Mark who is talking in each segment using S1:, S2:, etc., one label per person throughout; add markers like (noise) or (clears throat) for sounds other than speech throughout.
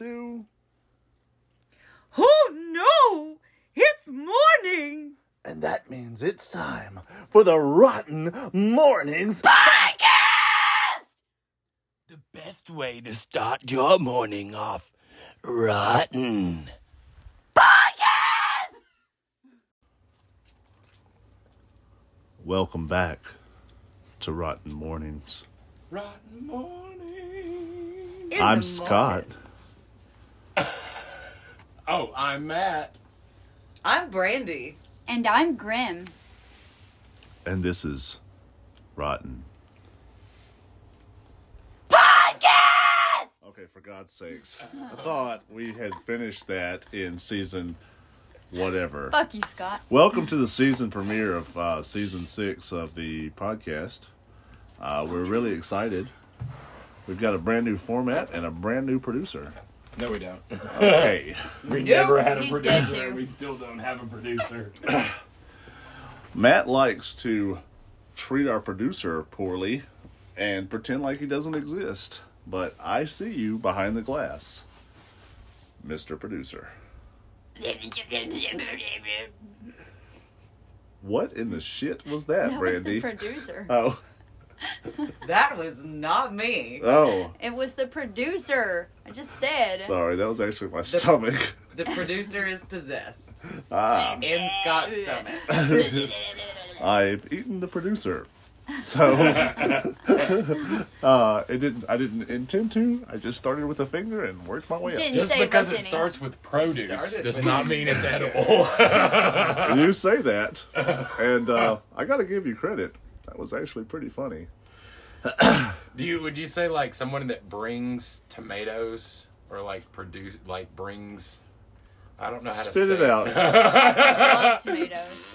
S1: Oh, morning.
S2: And that means it's time for the Rotten Mornings.
S1: Podcast!
S2: The best way to start your morning off rotten.
S1: Podcast!
S3: Welcome back to Rotten Mornings.
S2: Rotten morning.
S1: In
S3: I'm
S1: the
S3: Scott.
S1: morning.
S2: Oh, I'm Matt.
S1: I'm Brandy.
S4: And I'm Grim.
S3: And this is Rotten.
S1: Podcast!
S3: Okay, for God's sakes. I thought we had finished that in season whatever.
S4: Fuck you, Scott.
S3: Welcome to the season premiere of uh, season six of the podcast. Uh, we're really excited. We've got a brand new format and a brand new producer.
S2: No, we don't. (laughs)
S3: Okay. (laughs)
S2: We never had a
S4: He's dead
S2: producer.
S4: too.
S2: We still don't have a producer.
S3: Matt likes to treat our producer poorly and pretend like he doesn't exist. But I see you behind the glass, Mr. Producer. What in the shit was that,
S4: That
S3: Brandy?
S4: was the producer.
S3: oh,
S1: That was not me.
S4: (laughs)
S3: oh,
S4: it was the producer. I just said.
S3: sorry, that was
S4: (laughs)
S3: actually my stomach.
S1: The producer is possessed.
S3: Ah,
S1: In Scott's stomach.
S3: I've eaten the producer.
S4: (laughs)
S3: So (laughs) uh, it didn't. I didn't intend to. I just started with a finger and worked my way
S4: Didn't.
S2: Just
S4: Save
S2: because
S4: us
S2: it
S4: any.
S2: starts with produce
S1: Started
S2: does
S1: with-
S2: not mean it's edible.
S3: up. You say that, and uh, I got to give you credit. That was actually pretty funny.
S2: (laughs) Do you would you say like someone that brings tomatoes or like produce like brings? I don't know how to
S3: Spit
S2: say
S3: it
S2: (laughs)
S3: out.
S4: I love tomatoes.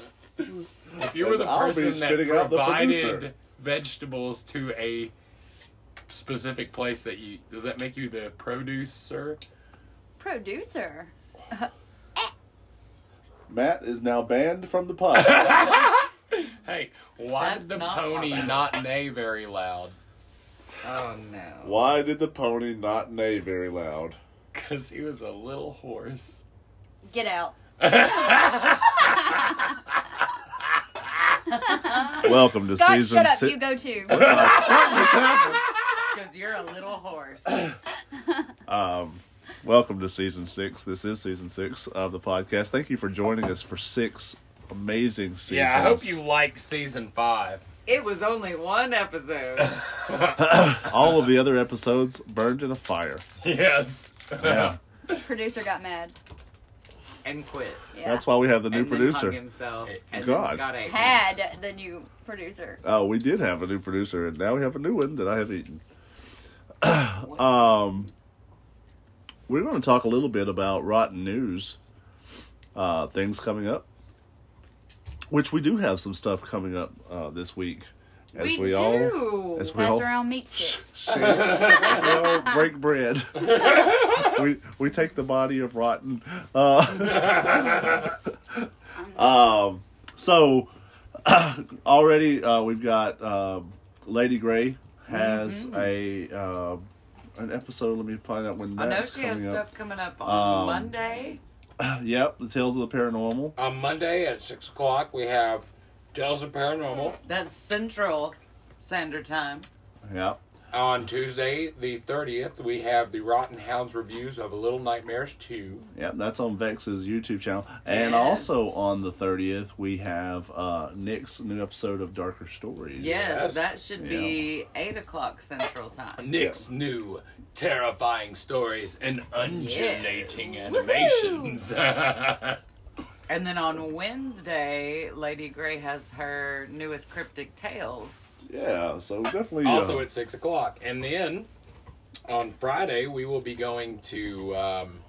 S2: If you were the
S3: I'll be
S2: person that
S3: spitting out the
S2: provided
S3: producer.
S2: vegetables to a specific place that you does that make you the producer?
S4: Producer.
S3: Matt is now banned from the podcast.
S2: Hey, why
S1: That's
S2: did the
S1: not
S2: pony
S1: allowed.
S2: not neigh very loud?
S1: Oh no.
S3: (laughs) Why did the pony not neigh very loud?
S2: Because he was a little horse.
S4: Get out.
S3: Welcome to
S4: Scott,
S3: season
S4: shut up.
S3: six.
S4: You
S3: (laughs)
S4: go too.
S1: Because you're a little horse.
S3: Welcome to season six. This is season six of the podcast. Thank you for joining us for six amazing seasons.
S2: Yeah, I hope you liked season five.
S1: It was only one episode.
S3: All of the other episodes burned in a
S2: (laughs)
S3: fire.
S2: Yes.
S3: Yeah,
S4: producer got mad.
S1: And quit.
S4: Yeah.
S3: that's why we have the new
S1: and Then hung
S3: producer.
S1: himself. And
S3: God.
S1: Then Scott ate. him.
S4: Had the new producer.
S3: Oh, we did have a new producer, and now we have a new one that I
S1: (coughs)
S3: have eaten. um, we're going to talk a little bit about rotten news, uh, things coming up, which we do have some stuff coming up uh, this week. As
S1: We
S3: we, all
S1: do.
S3: as we
S4: Pass
S3: all
S4: around meat sticks.
S3: Shit. As we
S1: (laughs)
S3: all break bread. (laughs) we we take the body of rotten. Uh, (laughs) um, so (clears throat) already uh, we've got um, Lady Gray has a um an episode. Let me find out when
S1: Mm-hmm. I know
S3: that's
S1: she has
S3: coming up.
S1: stuff coming up on
S3: Um,
S1: Monday.
S3: Yep, the Tales of the Paranormal.
S5: On Monday at 6 o'clock, we have Tales of Paranormal.
S1: That's Central Standard Time.
S3: Yep.
S5: On Tuesday, the 30th, we have the Rotten Hounds reviews of Little Nightmares 2.
S3: Yep, that's on Vex's YouTube channel. And
S1: Yes.
S3: also on the 30th, we have uh, Nick's new episode of Darker Stories.
S1: Yes,
S5: Yes.
S1: that should be eight o'clock Central Time.
S2: Nick's new terrifying stories and undulating animations.
S1: And then on Wednesday, Lady Gray has her newest cryptic tales.
S3: Yeah, so definitely.
S2: also
S3: uh,
S2: at six o'clock, and then on Friday we will be going to. Um,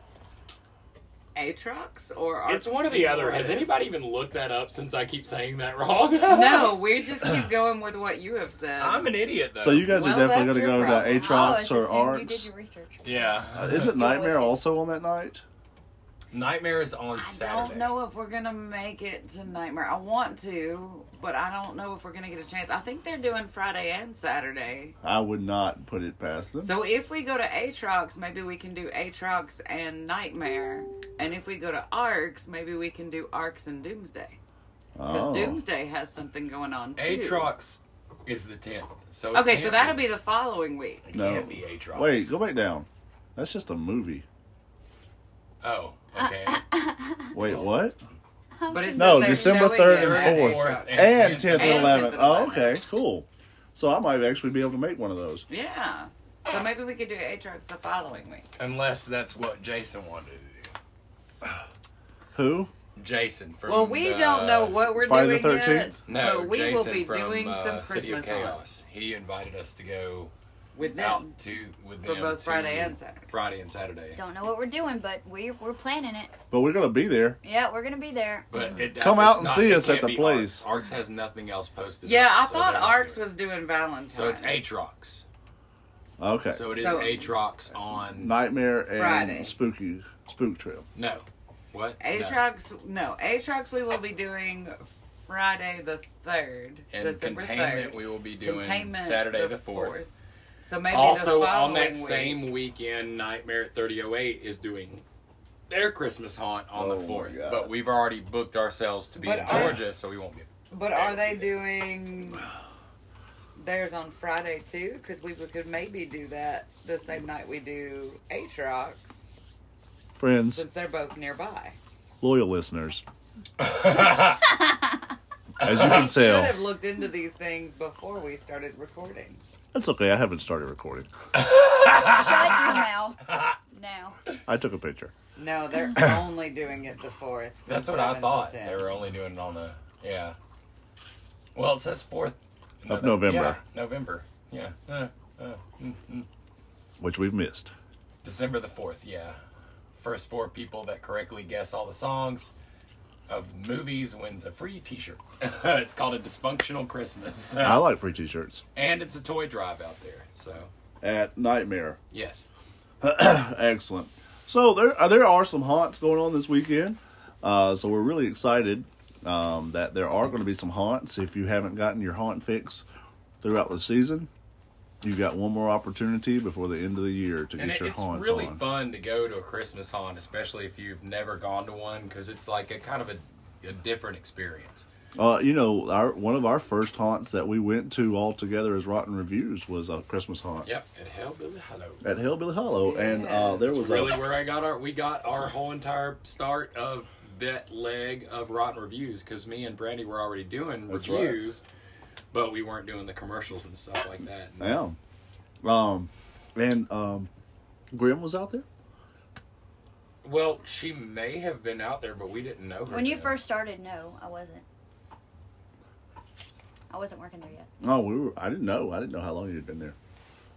S1: Atrox or
S2: it's
S1: Arx
S2: one or the other. Has
S1: Flores?
S2: anybody even looked that up since I keep saying that wrong? (laughs)
S1: No, we just
S2: (clears throat)
S1: keep going with what you have said.
S2: I'm an idiot though.
S3: so you guys
S1: Well,
S3: are
S1: that's
S3: definitely
S1: your
S3: going to go to
S1: problem.
S4: Oh, I
S3: Atrox
S4: assumed
S3: or
S4: you did
S3: Arts.
S4: your research.
S2: yeah.
S3: Is it Nightmare
S4: do.
S3: also on that night?
S2: Nightmare is on
S1: I
S2: Saturday.
S1: don't know if we're gonna make it to Nightmare. I want to, but I don't know if we're gonna get a chance. I think they're doing Friday and Saturday.
S3: I would not put it past them.
S1: So if we go to Atrox, maybe we can do Atrox and Nightmare. And if we go to Arcs, maybe we can do Arcs and Doomsday. Because
S3: Oh.
S1: Doomsday has something going on too.
S2: Atrox is the tenth. So it
S1: Okay,
S2: can't
S1: so that'll be the following week.
S2: It
S3: No.
S2: can't be Atrox.
S3: Wait, go back down. That's just a movie.
S2: Oh, okay.
S1: Uh,
S3: Wait, what?
S1: But it says
S3: No,
S1: they're
S3: December
S1: showing
S3: 3rd
S1: it
S3: and
S1: at
S3: 4th.
S1: Atrox.
S3: And 10th
S1: And 10th
S3: and 11th.
S1: and
S3: Oh,
S1: 11th.
S3: okay, cool. So I might actually be able to make one of those.
S1: Yeah. So maybe we could do Atrox the following week.
S2: Unless that's what Jason wanted to do.
S3: Who?
S2: Jason from
S1: Well, we
S2: the-
S1: don't know what we're
S3: Friday the
S1: doing yet,
S3: 13th?
S2: No,
S1: but we
S2: Jason
S1: will be
S2: from,
S1: doing
S2: uh,
S1: some
S2: City of
S1: Christmas
S2: Chaos.
S1: hunts
S2: He invited us to go
S1: with them.
S2: out to with
S1: For
S2: them
S1: both
S2: to
S1: Friday and Saturday.
S2: Friday and Saturday.
S4: Don't know what we're doing, but we're we're planning it.
S3: But we're going to be there.
S4: Yeah, we're gonna be there.
S2: But it,
S3: Come
S2: it's
S3: out and
S2: not-
S3: see
S2: it
S3: us at
S2: can't
S3: the
S2: be
S3: place.
S2: Arcs. Arcs has nothing else posted.
S1: Yeah,
S2: up,
S1: I
S2: so
S1: thought
S2: they're not
S1: Arcs
S2: doing
S1: was doing Valentine's.
S2: it. So it's Atrox.
S3: Okay.
S2: So it is
S1: So-
S2: Atrox on
S3: Nightmare and
S1: Friday.
S3: Spooky Spook Trail.
S2: no. What No.
S1: Atrox, no. Atrox we will be doing Friday the 3rd.
S2: and
S1: December
S2: containment
S1: 3rd.
S2: we will be doing
S1: Containment
S2: Saturday the fourth.
S1: So maybe
S2: Also
S1: the
S2: on
S1: following week.
S2: that same weekend, Nightmare at thirty oh eight is doing their Christmas haunt on
S3: Oh
S2: the
S3: my
S2: fourth.
S3: God.
S2: But we've already booked ourselves to be
S1: But
S2: in
S1: are-
S2: Georgia, so we won't be
S1: But are they doing theirs on Friday too? Because we could maybe do that the same night we do Atrox
S3: Friends,
S1: since they're both nearby.
S3: loyal listeners. As you can
S1: We should
S3: tell,
S1: have looked into these things before we started recording.
S3: that's okay. I haven't started recording.
S4: Shut your mouth now.
S3: I took a picture.
S1: No, they're only doing it the fourth. from
S2: That's what I
S1: seven till
S2: thought.
S1: ten.
S2: They were only doing it on the yeah. Well, it says fourth
S3: Of November.
S2: Yeah, November. Yeah. Uh, uh, mm, mm.
S3: which we've missed.
S2: December the fourth. Yeah. First four people that correctly guess all the songs of movies wins a free T-shirt. (laughs) it's called a dysfunctional
S3: (laughs)
S2: Christmas,
S3: I like free T-shirts
S2: and it's a toy drive out there. So
S3: at Nightmare.
S2: yes,
S3: Excellent. So there uh, there are some haunts going on this weekend. Uh, so we're really excited um, that there are going to be some haunts. If you haven't gotten your haunt fix throughout the season, you've got one more opportunity before the end of the year to
S2: and
S3: get
S2: it,
S3: your
S2: it's
S3: haunts
S2: really
S3: on.
S2: fun to go to a Christmas haunt, especially if you've never gone to one, because it's like a kind of a, a different experience.
S3: Uh, you know, our one of our first haunts that we went to all together as Rotten Reviews was a Christmas haunt
S2: Yep, at Hellbilly Hollow.
S3: at Hillbilly Hollow, and uh, there
S2: That's
S3: was
S2: really
S3: a
S2: where I got our we got our whole entire start of that leg of rotten reviews because me and Brandy were already doing
S3: That's right.
S2: reviews, but we weren't doing the commercials and stuff like that. And
S3: yeah, um, and um, Grim was out there.
S2: Well, she may have been out there, but we didn't know her.
S4: When you
S2: then.
S4: first started, no, I wasn't. I wasn't working there yet.
S3: Oh, we were. I didn't know. I didn't know how long you'd been there.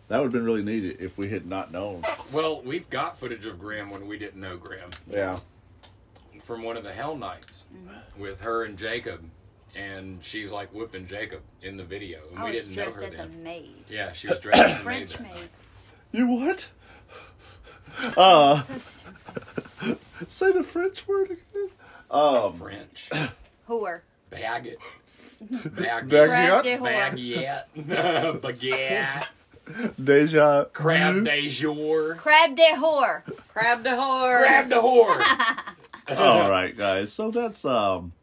S3: That would have been really neat if we had not known.
S2: well, we've got footage of Graham when we didn't know Graham
S3: Yeah.
S2: from one of the Hell Nights
S4: Mm-hmm.
S2: with her and Jacob, and she's like whipping Jacob in the video, and
S4: I
S2: we
S4: was
S2: didn't know
S4: Oh, dressed
S2: her
S4: as a
S2: then.
S4: maid,
S2: Yeah, she was dressed as a maid.
S4: French
S2: then.
S4: maid.
S3: You what? Uh,
S4: So stupid.
S3: say the French word again.
S2: French.
S4: Whore. (laughs)
S2: Baguette. Baguette.
S3: Baguette,
S2: Baguette. (laughs) Baguette.
S3: deja,
S2: Crab
S3: vu.
S2: de jour.
S4: Crab de whore.
S1: Crab to whore.
S2: Crab de whore.
S3: All right, guys. So that's um,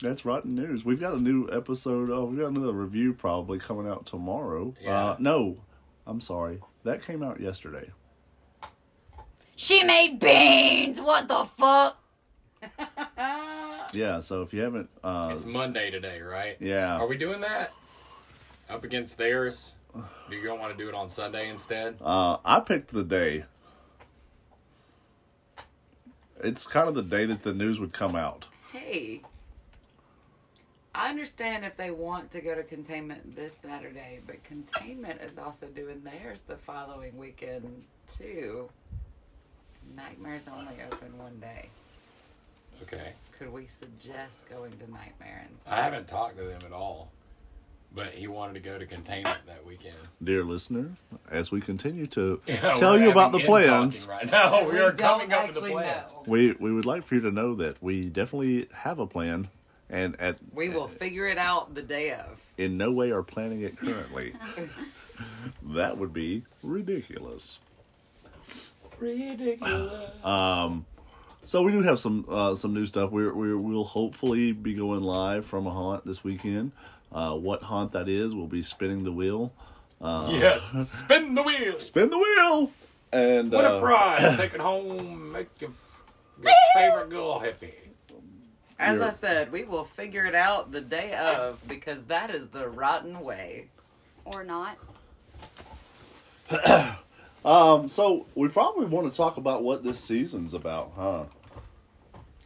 S3: that's rotten news. We've got a new episode. Oh, we got another review probably coming out tomorrow.
S2: Yeah.
S3: Uh, no, I'm sorry. That came out yesterday.
S4: She made beans. What the fuck?
S3: Yeah. So if you haven't, uh,
S2: It's Monday today, right?
S3: Yeah.
S2: Are we doing that? Up against theirs? You don't want to do it on Sunday instead?
S3: Uh, I picked the day. It's kind of the day that the news would come out.
S1: Hey, I understand if they want to go to containment this Saturday, but containment is also doing theirs the following weekend too. Nightmare's only open one day.
S2: Okay.
S1: Could we suggest going to Nightmare and
S2: I haven't talked to them at all.
S5: but he wanted to go to containment that
S3: (laughs)
S5: weekend.
S3: Dear listener, as we continue to
S2: (laughs) Yeah,
S3: tell
S2: we're
S3: you about the
S2: having in-talking
S3: plans,
S2: Right now, (laughs) we, are
S1: don't
S2: coming up with the
S1: actually
S2: plans.
S1: know.
S3: we, we would like for you to know that we definitely have a plan and at
S1: We will figure it out the day of.
S3: in no way are planning
S1: (laughs)
S3: it currently. that would be ridiculous.
S2: Ridiculous.
S3: So we do have some uh, some new stuff. We're, we're we'll hopefully be going live from a haunt this weekend. Uh, what haunt that is? We'll be spinning the wheel. Uh.
S2: yes, spin the wheels.
S3: Spin the wheel. And
S2: What
S3: uh, (coughs)
S2: a prize! Take it home, make your, your favorite girl happy.
S1: As
S3: You're-
S1: I said, we will figure it out the day of because that is the rotten way.
S4: Or not.
S3: um, so we probably want to talk about what this season's about, huh?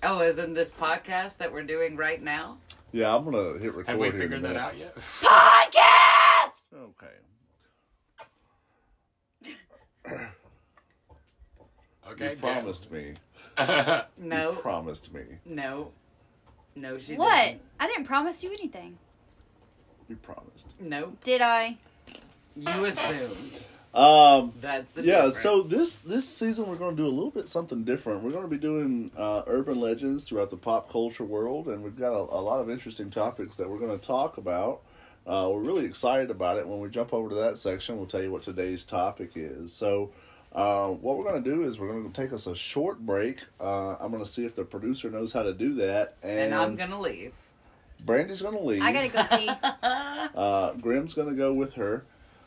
S1: Oh, is in this podcast that we're doing right now?
S3: Yeah, I'm gonna hit record.
S2: Have we
S3: here in a
S2: figured that
S3: minute.
S2: out yet? (laughs)
S4: Podcast!
S3: Okay. You
S2: Okay, go.
S3: promised me. You
S2: Oh.
S1: No,
S3: promised me.
S1: no, no. She
S4: What?
S1: Didn't.
S4: I didn't promise you anything.
S3: You promised.
S1: Nope.
S4: Did I?
S1: You assumed.
S3: Um.
S1: That's the
S3: yeah
S1: Difference.
S3: so this this season we're going to do a little bit something different we're going to be doing uh, urban legends throughout the pop culture world and we've got a, a lot of interesting topics that we're going to talk about uh, we're really excited about it when we jump over to that section we'll tell you what today's topic is so uh, what we're going to do is we're going to take us a short break uh, i'm going to see if the producer knows how to do that and,
S1: and I'm gonna leave.
S3: brandy's going to leave
S4: I gotta go pee.
S3: uh, grim's going to go with her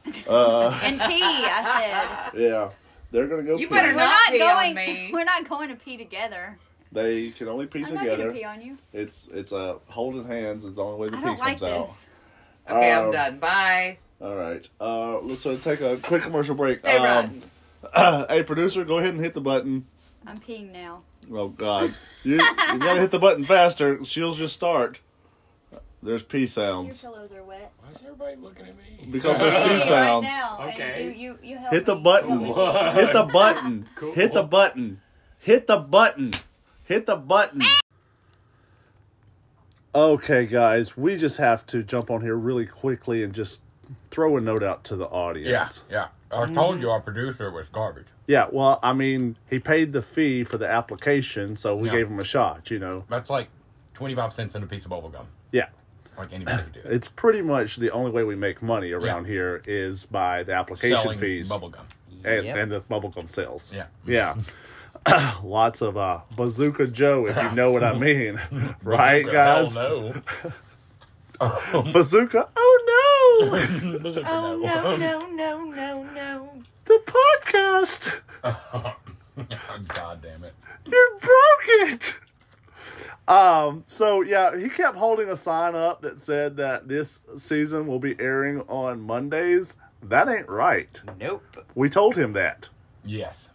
S4: and pee, I
S3: yeah they're going to go
S1: You
S3: pee.
S1: better
S4: said. We're
S1: Not
S4: not
S1: pee on
S4: going
S1: me.
S4: (laughs) we're not going to pee together.
S3: they can only pee
S4: I'm not
S3: together
S4: gonna pee on you.
S3: It's it's a uh, holding hands is the only way the
S4: I
S3: pee
S4: don't like
S3: comes out.
S4: this.
S1: Okay,
S3: Um,
S1: I'm done. Bye.
S3: All right, uh, let's uh, take a quick commercial break.
S1: Stay
S3: um,
S1: rotten.
S3: (clears throat) hey, producer, go ahead and hit the button.
S4: I'm peeing now.
S3: Oh God, you, you gotta hit the button faster. She'll just start. There's pee
S4: Your
S3: sounds
S4: pillows are wet.
S5: Why is everybody looking at me?
S3: because there's
S4: Pee
S3: pee
S4: (laughs) right
S3: sounds.
S4: now. and
S5: Okay.
S4: you, you, you help
S3: Hit the
S4: me.
S3: button.
S4: Help me.
S3: Hit the button.
S5: Cool.
S3: Hit the button. Hit the button. Hit the button. Okay, guys, we just have to jump on here really quickly and just throw a note out to the audience.
S5: yeah. I
S2: Mm.
S5: told you our producer was garbage.
S3: Yeah, well, I mean, he paid the fee for the application, so we
S5: Yeah.
S3: gave him a shot, you know.
S5: That's like 25 cents in a piece of bubble gum.
S3: Yeah.
S5: Like anybody could do. it.
S3: It's pretty much the only way we make money around
S5: Yeah.
S3: here is by the application
S5: Selling
S3: fees.
S5: bubble gum.
S3: and,
S1: Yep.
S3: and the bubblegum sales.
S5: Yeah.
S3: Yeah. Lots of uh, Bazooka Joe, if you know what I mean. right, guys?
S5: Hell no.
S3: Bazooka, oh no!
S4: Oh no no no no no!
S3: the podcast!
S5: Oh, God damn it.
S3: You broke it! Um, so yeah, he kept holding a sign up that said that this season will be airing on Mondays. That ain't right.
S1: Nope.
S3: We told him that.
S5: Yes.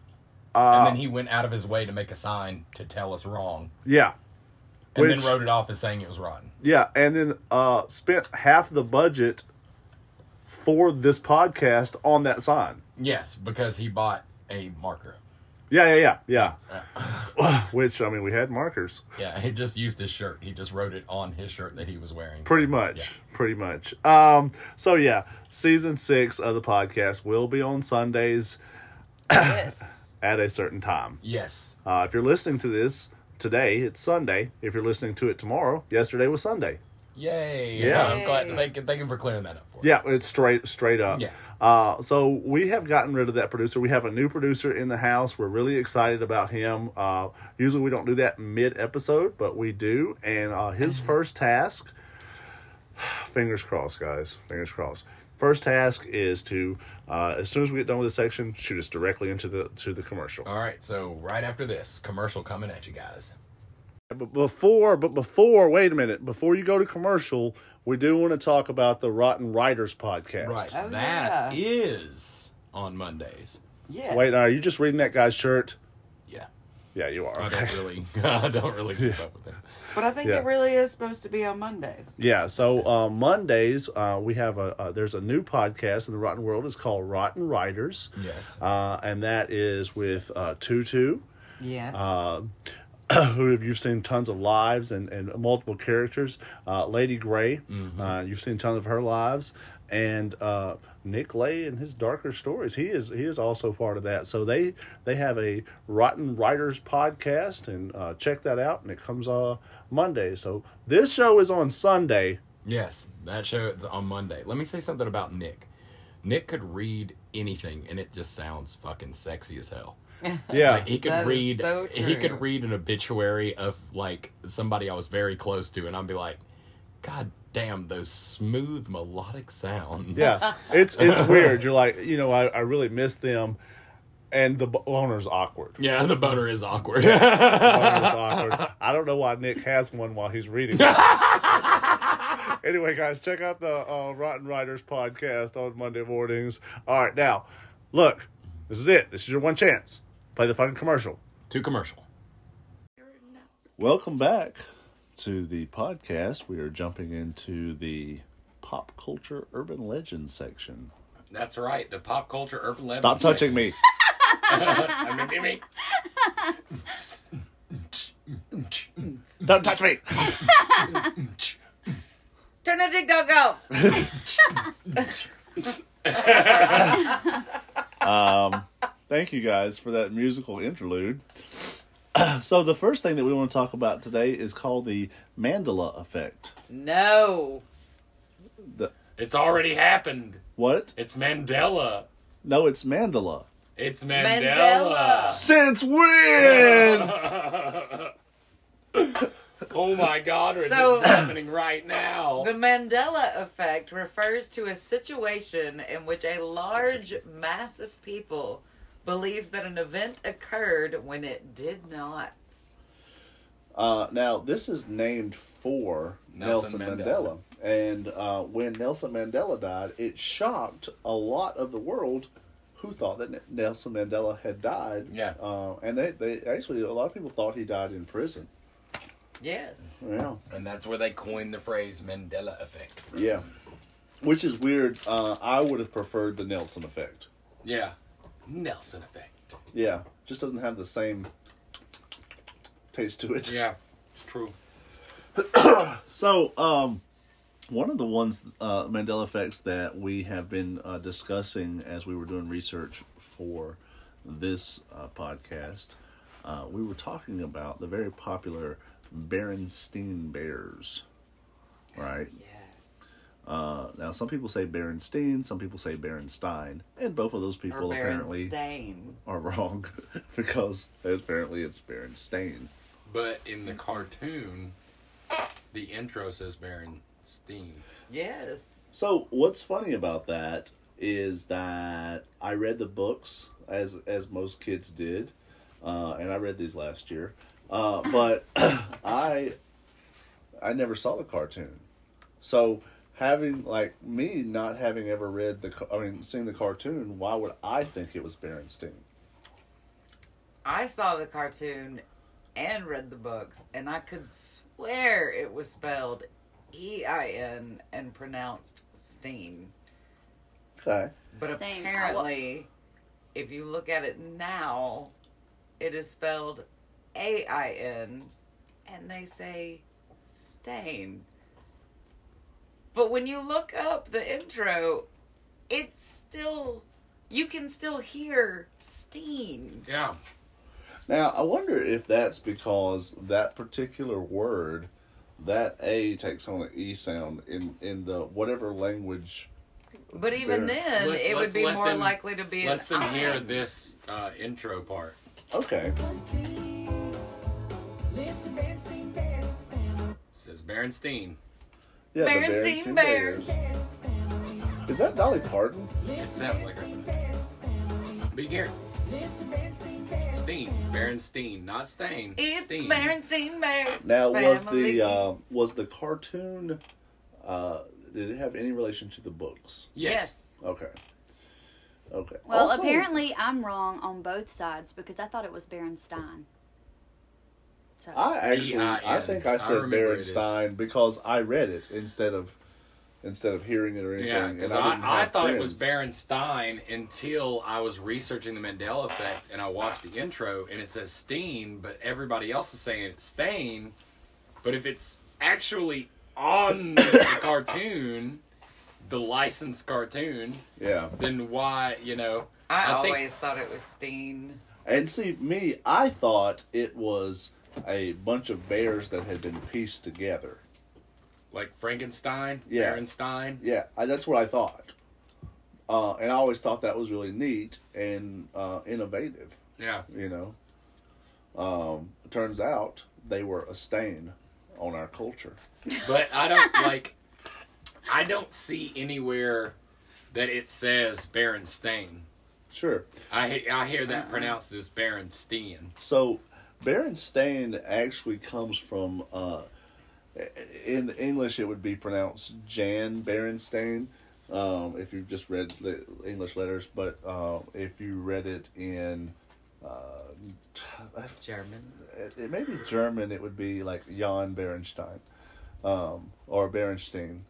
S3: Uh,
S5: and then he went out of his way to make a sign to tell us wrong,
S3: Yeah.
S5: and
S3: Which-
S5: then wrote it off as saying it was rotten.
S3: Yeah, and then uh, spent half the budget for this podcast on that sign.
S5: Yes, because he bought a marker.
S3: Yeah, yeah, yeah, yeah. Which I mean, we had markers,
S5: Yeah, he just used his shirt. He just wrote it on his shirt that he was wearing.
S3: pretty much, pretty much. Um, so yeah, season six of the podcast will be on Sundays
S1: Yes.
S3: (coughs) at a certain time.
S5: yes.
S3: Uh, if you're listening to this today, it's Sunday. If you're listening to it tomorrow, yesterday was Sunday.
S5: Yay.
S3: Yeah.
S5: I'm glad. Thank, thank him for clearing that up for us.
S3: Yeah, it's straight straight up.
S5: Yeah.
S3: Uh, so we have gotten rid of that producer. We have a new producer in the house. We're really excited about him. Uh, usually we don't do that mid episode, but we do. And uh, his first task, (sighs) fingers crossed, guys, fingers crossed. First task is to, uh, as soon as we get done with this section, shoot us directly into the to the commercial.
S5: All right, so right after this, commercial coming at you guys.
S3: But before, but before, wait a minute. Before you go to commercial, we do want to talk about the Rotten Writers podcast.
S5: Right.
S1: Oh,
S5: that is on Mondays.
S1: Yes.
S3: Wait, uh, are you just reading that guy's shirt?
S5: Yeah.
S3: Yeah, you are.
S5: I
S3: Okay.
S5: don't really I don't really keep up with that.
S1: But I think
S3: Yeah.
S1: it really is supposed to be on Mondays.
S3: Yeah, so uh, Mondays uh, we have a uh, there's a new podcast in the Rotten World. It's called Rotten Writers,
S5: Yes.
S3: uh, and that is with uh, Tutu.
S1: Yes.
S3: Uh,
S6: um, (clears throat) who have you've seen tons of lives and, and multiple characters. Uh, Lady Gray, uh, you've seen tons of her lives, and uh, Nick Lay and his darker stories. He is he is also part of that. So they they have a Rotten Writers podcast, and uh, check that out. And it comes uh, Monday. So this show is on Sunday.
S2: Yes, that show is on Monday. Let me say something about Nick. Nick could read anything, and it just sounds fucking sexy as hell.
S6: Yeah,
S2: (laughs) Like, he could
S1: That is
S2: read.
S1: so
S2: he
S1: true.
S2: could read an obituary of like somebody I was very close to, and I'd be like, "God damn, those smooth melodic sounds."
S6: yeah it's it's weird you're like you know I, I really miss them and the bo- owner's awkward
S2: yeah. (laughs) The boner is awkward. (laughs)
S6: The
S3: (laughs)
S6: owner's awkward i don't know why nick has one while he's reading anyway guys check out the uh, rotten writers podcast on monday mornings all right now look this is it this is your one chance play the fucking commercial
S2: Too commercial.
S3: Welcome back to the podcast. We are jumping into the pop culture urban legend section.
S2: That's right. The pop culture urban legend.
S3: Stop touching
S6: (laughs)
S3: me. Don't touch me.
S1: Turn the dick, don't go.
S3: Thank you guys for that musical interlude. (clears throat) So the first thing that we want to talk about today is called the Mandela effect.
S1: No.
S3: The
S5: It's already happened.
S3: what?
S5: It's Mandela.
S3: No, it's Mandela.
S5: It's
S1: Mandela.
S3: Since when?
S5: Oh my God! It's
S1: So-
S5: happening right now.
S1: The Mandela effect refers to a situation in which a large mass of people believes that an event occurred when it did not.
S3: Uh, now, this is named for Nelson,
S2: Nelson
S3: Mandela. And uh, when Nelson Mandela died, it shocked a lot of the world who thought that N- Nelson Mandela had died.
S2: Yeah.
S3: Uh, and they, they actually, a lot of people thought he died in prison.
S1: Yes.
S3: Yeah.
S2: And that's where they coined the phrase Mandela effect. from.
S3: Yeah. Which is weird. Uh, I would have preferred the Nelson effect.
S5: Yeah, Nelson effect.
S3: Yeah. Just doesn't have the same taste to it.
S5: Yeah, it's true.
S3: So, um, one of the ones uh, Mandela effects that we have been uh, discussing as we were doing research for this uh, podcast, uh, we were talking about the very popular Berenstain Bears, right?
S1: Yes.
S3: Uh, now, some people say Berenstain, some people say Berenstein, and both of those people
S1: or
S3: apparently
S1: Berenstain.
S3: are wrong (laughs) because apparently it's Berenstain.
S5: But in the cartoon, the intro says Baron Steen.
S1: Yes.
S3: So what's funny about that is that I read the books as as most kids did, uh, and I read these last year. Uh, but (clears throat) I I never saw the cartoon, so having like me not having ever read the ca- I mean seen the cartoon, why would I think it was Berenstain?
S1: I saw the cartoon and read the books, and I could swear it was spelled E I N and pronounced Steen.
S3: Okay,
S1: But
S4: Same.
S1: apparently, if you look at it now, it is spelled A I N, and they say stain. But when you look up the intro, it's still you can still hear steen.
S5: Yeah,
S3: now I wonder if that's because that particular word. That A takes on an E sound in, in the whatever language
S1: But even
S3: There.
S1: then,
S5: Let's-
S1: it would
S5: let's
S1: be
S5: let
S1: more
S5: them-
S1: likely to be
S5: let's
S1: an
S5: them hear
S1: I.
S5: this uh, intro part.
S3: Okay.
S5: says Baron Steen.
S3: Yeah,
S1: Bears
S3: the
S1: Seen
S3: Seen
S1: Bears.
S3: Is that Dolly Parton?
S5: It sounds like a big here. Steen, Baron Steen, not Stain.
S1: It's
S5: Steen.
S1: Berenstain Bears.
S3: Now, was the
S1: family.
S3: uh, was the cartoon? Uh, did it have any relation to the books?
S5: Yes.
S1: yes.
S3: Okay. Okay.
S4: Well,
S3: Also-
S4: apparently I'm wrong on both sides because I thought it was Berenstein. So
S3: I actually, I
S5: B.I.N..
S3: think I
S5: I
S3: said
S5: remember it is-
S3: Berenstein because I read it instead of instead of hearing it or anything.
S2: Yeah,
S3: and
S2: because
S3: didn't have
S2: I, I thought it was
S3: friends.
S2: Baron Stein until I was researching the Mandela effect and I watched the intro and it says Steen, but everybody else is saying it's Stain. But if it's actually
S3: (coughs)
S2: on the cartoon, the licensed cartoon,
S3: Yeah.
S2: then why, you know?
S1: I,
S2: think-
S1: always thought it was Steen.
S3: And see, me, I thought it was a bunch of bears that had been pieced together.
S2: like Frankenstein,
S3: Yeah.
S2: Baron Stein.
S3: Yeah, I, that's what I thought. Uh, and I always thought that was really neat and uh, innovative,
S2: Yeah.
S3: you know. Um, turns out they were a stain on our culture.
S2: but I don't
S1: (laughs)
S2: like. I don't see anywhere that it says Baron Stein.
S3: Sure.
S2: I he- I hear that pronounced as Baron Steen.
S3: So, Baron Stain actually comes from, uh, in English, it would be pronounced Jan Berenstain, um, if you've just read le- English letters, but uh, if you read it in, uh, I
S1: German.
S3: it, it may be German. It would be like Jan Berenstein, um, or Berenstein.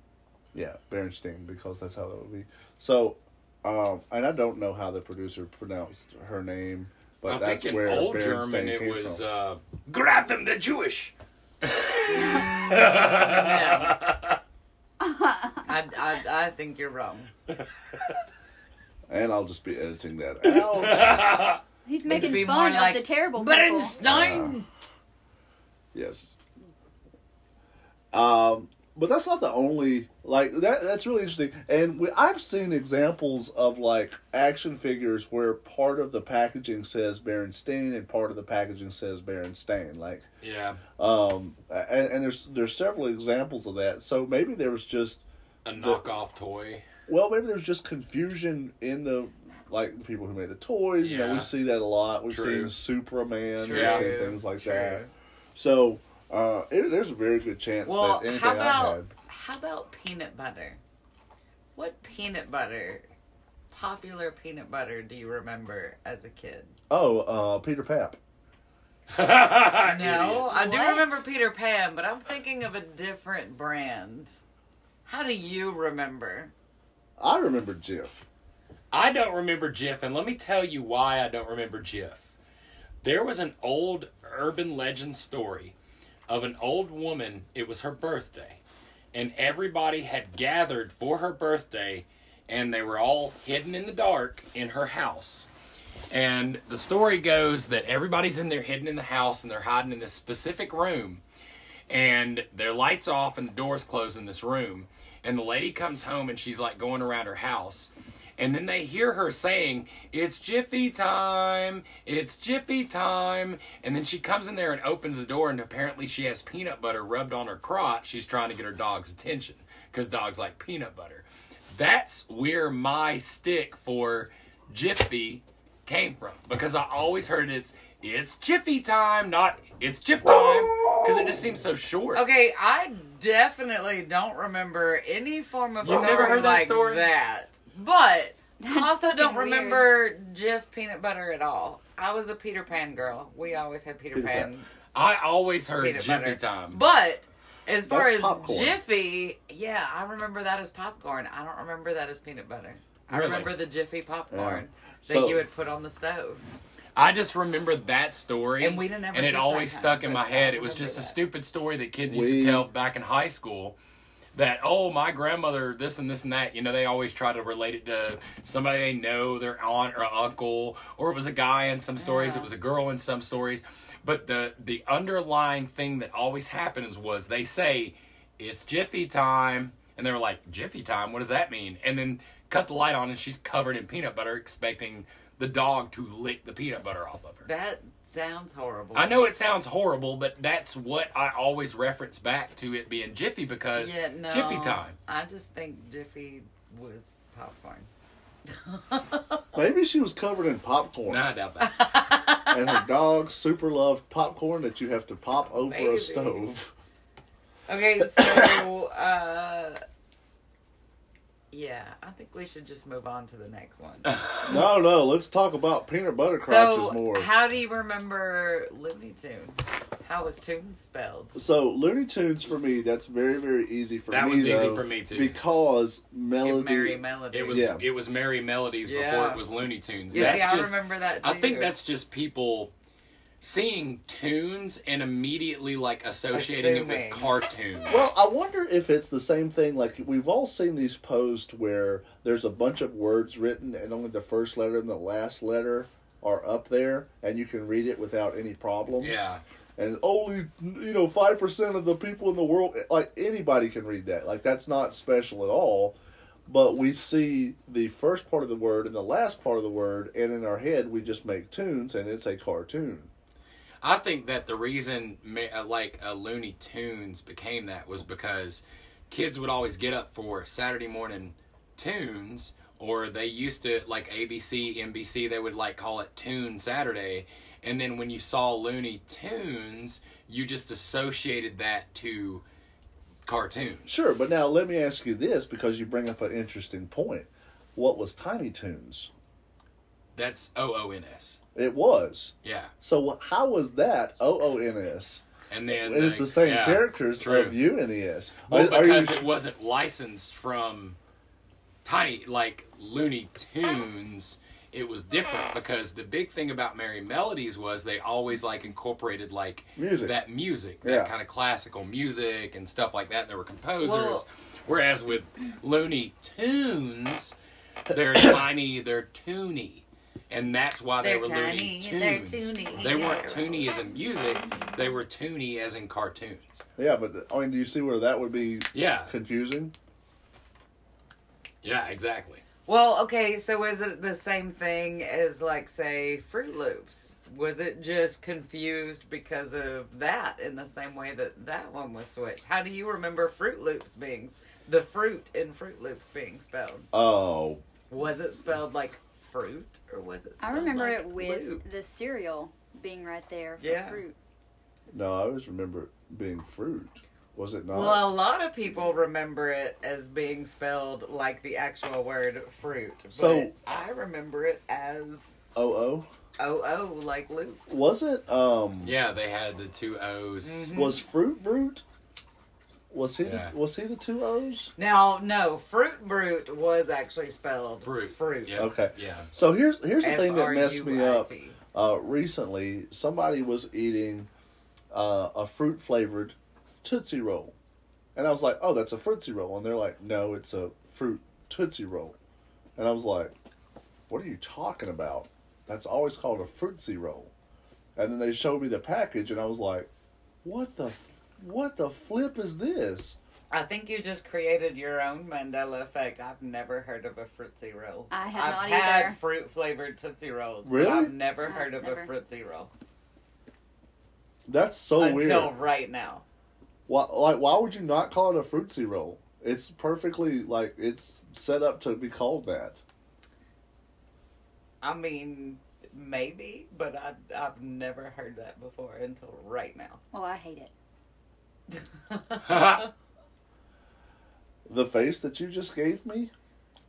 S3: Yeah, Berenstein, because that's how that would be. So, um, and I don't know how the producer pronounced her name, but
S2: I
S3: that's
S2: think in
S3: where
S2: old
S3: Berenstain
S2: German it
S3: came
S2: was
S3: from.
S2: uh, grab them, they're Jewish.
S1: (laughs) I, I, I think you're wrong.
S3: and I'll just be editing
S2: (laughs)
S3: that out.
S4: He's making
S1: be more
S4: fun
S1: like
S4: of the terrible people.
S1: Bernstein.
S3: yes. Um, but that's not the only like that. That's really interesting, and we, I've seen examples of like action figures where part of the packaging says Berenstain and part of the packaging says Berenstain. Like
S2: Yeah,
S3: um and, and there's there's several examples of that so maybe there was just
S2: a
S3: (laughs)
S2: knockoff toy.
S3: well maybe there was just confusion in the like the people who made the toys you know
S2: Yeah.
S3: we see that a lot we've
S2: True.
S3: seen superman
S2: True.
S3: we've seen things like that
S1: True.
S3: so uh it, there's a very good chance
S1: Well,
S3: that anything
S1: how
S3: i
S1: about
S3: had
S1: how about peanut butter? What peanut butter? Popular peanut butter do you remember as a kid?
S3: oh uh peter pap
S1: No, I do
S4: What?
S1: remember Peter Pan, but I'm thinking of a different brand. How do you remember?
S3: i remember jiff
S2: I don't remember Jif, and let me tell you why I don't remember Jif. There was an old urban legend story of an old woman. It was her birthday, and everybody had gathered for her birthday, and they were all hidden in the dark in her house. And the story goes that everybody's in there hidden in the house, and they're hiding in this specific room and their lights off and the doors closed in this room and the lady comes home and she's like going around her house and then they hear her saying it's jiffy time it's jiffy time and then she comes in there and opens the door and apparently she has peanut butter rubbed on her crotch she's trying to get her dog's attention because dogs like peanut butter that's where my stick for jiffy came from because I always heard it's it's Jiffy time, not it's Jiff time, because it just seems so short.
S1: Okay, I definitely don't remember any form of
S2: You've
S1: story
S2: never heard that
S1: like
S2: story?
S1: that.
S4: (laughs)
S1: But I also don't
S4: fucking weird.
S1: remember Jif peanut butter at all. I was a Peter Pan girl. We always had Peter,
S3: Peter
S1: Pan,
S3: Pan.
S2: I always heard
S1: peanut
S2: Jiffy
S1: butter.
S2: time.
S1: But as far
S3: That's
S1: as
S3: popcorn.
S1: Jiffy, yeah, I remember that as popcorn. I don't remember that as peanut butter. I
S2: Really?
S1: remember the Jiffy popcorn
S3: Yeah. So-
S1: that you would put on the stove.
S2: I just remember that story,
S1: And we didn't ever
S2: and it
S1: get
S2: always
S1: that
S2: stuck
S1: time,
S2: in my
S1: but I
S2: head. It was
S1: remember
S2: just a
S1: that.
S2: stupid story that kids used
S3: We-
S2: to tell back in high school. That oh my grandmother this and this and that you know they always try to relate it to somebody they know their aunt or uncle or it was a guy in some stories it was a girl in some stories but the the underlying thing that always happens was they say it's Jiffy time and they're like Jiffy time what does that mean and then cut the light on and she's covered in peanut butter expecting the dog to lick the peanut butter off of her.
S1: That sounds horrible.
S2: I know it sounds horrible, but that's what I always reference back to it being Jiffy because
S1: Yeah, no.
S2: Jiffy time.
S1: I just think Jiffy was popcorn.
S3: maybe she was covered in popcorn
S2: Nah, I doubt that.
S3: and her dog super loved popcorn that you have to pop over
S1: Maybe.
S3: a stove
S1: Okay, so uh Yeah, I think we should just move on to the next one.
S3: No, no. Let's talk about peanut butter crunches
S1: so,
S3: more.
S1: how do you remember Looney Tunes? How was Tunes spelled?
S3: so Looney Tunes for me, that's very very easy for
S2: That
S3: me.
S2: one's easy
S3: though,
S2: for me, too.
S3: because
S1: Give
S3: melody.
S1: Mary Melody.
S2: (laughs) It was
S3: Yeah.
S2: it was Merry Melodies before
S1: Yeah.
S2: it was Looney Tunes.
S1: Yeah, see,
S2: That's
S1: I
S2: just-
S1: remember that,
S2: I think
S1: too.
S2: that's just people seeing tunes and immediately like associating it
S1: Assuming.
S2: with cartoons.
S3: Well, I wonder if it's the same thing. Like we've all seen these posts where there's a bunch of words written, and only the first letter and the last letter are up there, and you can read it without any problems.
S2: Yeah.
S3: And only you know five percent of the people in the world, like anybody, can read that. Like that's not special at all. But we see the first part of the word and the last part of the word, and in our head we just make tunes, and it's a cartoon.
S2: I think that the reason ma- uh, like uh, Looney Tunes became that was because kids would always get up for Saturday morning tunes, or they used to like ABC, NBC. They would like call it Tune Saturday, and then when you saw Looney Tunes, you just associated that to cartoons.
S3: Sure, but now let me ask you this because you bring up an interesting point. What was Tiny Toons?
S2: That's O O N S.
S3: It was.
S2: Yeah,
S3: So wh- how was that OONS?
S2: and then
S3: It is the same
S2: yeah,
S3: characters
S2: true.
S3: of UNES.
S2: Well,
S3: Are- are you-
S2: because it wasn't licensed from Tiny, like Looney Tunes, it was different because the big thing about Merry Melodies was they always like incorporated like
S3: Music.
S2: that music, that
S3: Yeah.
S2: kind of classical music and stuff like that. There were composers,
S1: Well-
S2: whereas with Looney Tunes, they're (coughs) tiny, they're toony. And that's why they
S4: They're
S2: were Looney
S4: tiny, they're
S2: Tunes.
S4: toony.
S2: They weren't toony as in music; they were toony as in cartoons.
S3: yeah, but I mean, do you see where that would be
S2: Yeah,
S3: confusing?
S2: yeah, exactly.
S1: Well, okay, so is it the same thing as like say Fruit Loops? Was it just confused because of that in the same way that that one was switched? How do you remember Fruit Loops being the fruit in Fruit Loops being spelled?
S3: Oh,
S1: Was it spelled like fruit or was it
S4: I
S1: spelled
S4: remember
S1: like
S4: it with
S1: loops?
S4: the cereal being right there for
S1: Yeah.
S4: fruit.
S3: no, I always remember it being fruit. Was it not?
S1: Well, a lot of people remember it as being spelled like the actual word fruit. But
S3: So-
S1: I remember it as
S3: OO?
S1: oh oh like loops.
S3: Was it, um,
S2: Yeah, they had the two O's.
S3: was Fruit Brute? Was he,
S2: Yeah.
S3: the, was he the two O's?
S1: Now, no, fruit brute was actually spelled
S2: Fruit.
S1: Fruit.
S2: Yeah.
S3: Okay.
S2: Yeah.
S3: So here's here's the thing that messed me up.
S1: F R U I T. E.
S3: Uh, recently, somebody was eating uh, a fruit flavored Tootsie Roll, and I was like, "Oh, that's a Fruitsy Roll," and they're like, "No, it's a fruit Tootsie Roll," and I was like, "What are you talking about? That's always called a Fruitsy Roll." And then they showed me the package, and I was like, "What the, f- what the flip is this?"
S1: I think you just created your own Mandela effect. I've never heard of a Fritzy roll.
S4: I have
S1: I've
S4: not
S1: had
S4: either.
S1: fruit flavored Tootsie Rolls.
S3: Really?
S1: But I've never heard of
S4: never.
S1: a Fritzy roll
S3: That's so
S1: until
S3: weird.
S1: right now.
S3: Why, like, why would you not call it a Fruitsy Roll? It's perfectly like it's set up to be called that.
S1: I mean, maybe, but I, I've never heard that before until right now.
S4: Well, I hate it.
S1: Mm-hmm. (laughs)
S3: The face that you just gave me,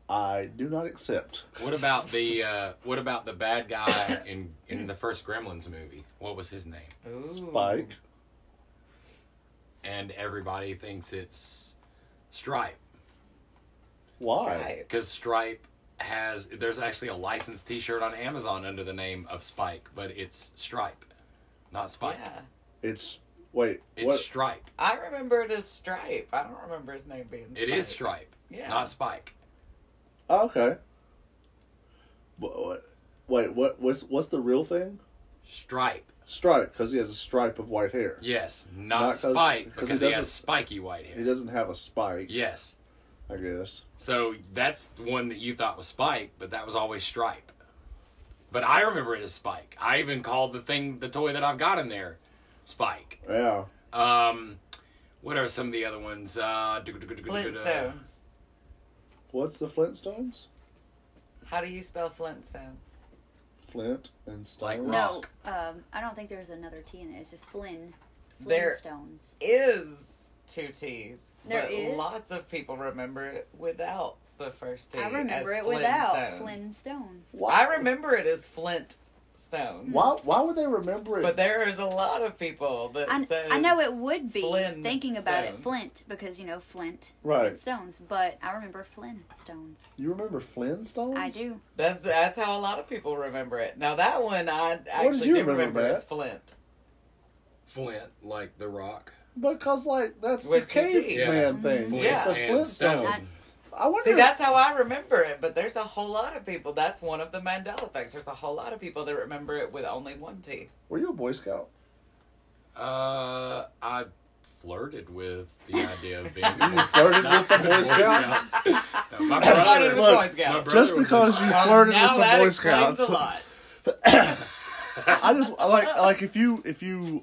S3: I do not accept.
S2: (laughs) What about the uh, What about the bad guy in in the first Gremlins movie? What was his name?
S1: Ooh.
S3: Spike.
S2: And everybody thinks it's Stripe
S3: Why?
S1: Right.
S2: because Stripe has. There's actually a licensed T-shirt on Amazon under the name of Spike, but it's Stripe, not Spike.
S1: Yeah.
S3: It's wait.
S2: It's
S3: what?
S2: Stripe.
S1: I remember it as Stripe. I don't remember his name being
S2: It is Stripe,
S1: Yeah.
S2: not Spike.
S3: Oh, okay. Wha- what- Wait. What? What's what's the real thing?
S2: Stripe.
S3: Stripe, because he has a stripe of white hair.
S2: Yes, not,
S3: Not 'cause-
S2: Spike
S3: 'cause he
S2: because he,
S3: doesn't-
S2: has spiky white
S3: He
S2: hair.
S3: doesn't have a spike.
S2: Yes.
S3: I guess.
S2: So that's the one that you thought was Spike, but that was always Stripe. But I remember it as Spike. I even called the thing, the toy that I've got in there, Spike.
S3: Yeah.
S2: Um, what are some of the other ones? Uh,
S1: Flintstones.
S3: What's the Flintstones?
S1: How do you spell Flintstones?
S3: Flint and Stone.
S2: Like
S4: No,
S2: Rock.
S4: um, I don't think there's another T in it. It's just Flynn.
S1: There-
S4: Flintstones.
S1: Is two T's.
S4: There
S1: but
S4: is?
S1: lots of people remember it without the first T.
S4: I
S1: as
S4: remember it without
S1: Flintstones.
S4: Flintstones.
S1: I remember it as Flint Stone.
S3: Why, why would they remember it?
S1: But there is a lot of people that
S4: I,
S1: says
S4: I know it would be
S1: Flynn
S4: thinking about it,
S1: Stones.
S4: Flint, because you know Flint,
S3: Right.
S4: and stones. But I remember Flintstones.
S3: you remember Flintstones?
S4: I do.
S1: That's that's how a lot of people remember it. Now that one I actually
S3: you
S1: do
S3: remember,
S1: remember
S3: Brad?
S1: as Flint.
S2: Flint, like the rock.
S3: Because, like, that's
S1: With
S3: the
S1: two Ts.
S3: caveman thing.
S2: Flint
S1: Yeah.
S3: It's a
S2: and
S3: Flintstone.
S2: stone.
S4: I-
S3: I wonder.
S1: See, that's how I remember it. But there's a whole lot of people. That's one of the Mandela effects. There's a whole lot of people that remember it with only one T.
S3: were you a Boy Scout?
S2: Uh, I flirted with the idea of
S3: (laughs)
S2: being a Boy Scout.
S3: Flirted with some Boy Scouts?
S2: (laughs) No, my
S1: Started
S2: brother,
S1: with Boy
S3: Look,
S2: my
S1: Scouts.
S2: brother
S3: Just
S2: was
S3: because you
S1: Well,
S3: flirted with
S1: now
S3: some
S1: that
S3: Boy
S1: explains
S3: Scouts.
S1: a lot.
S3: I just I like I like if you if you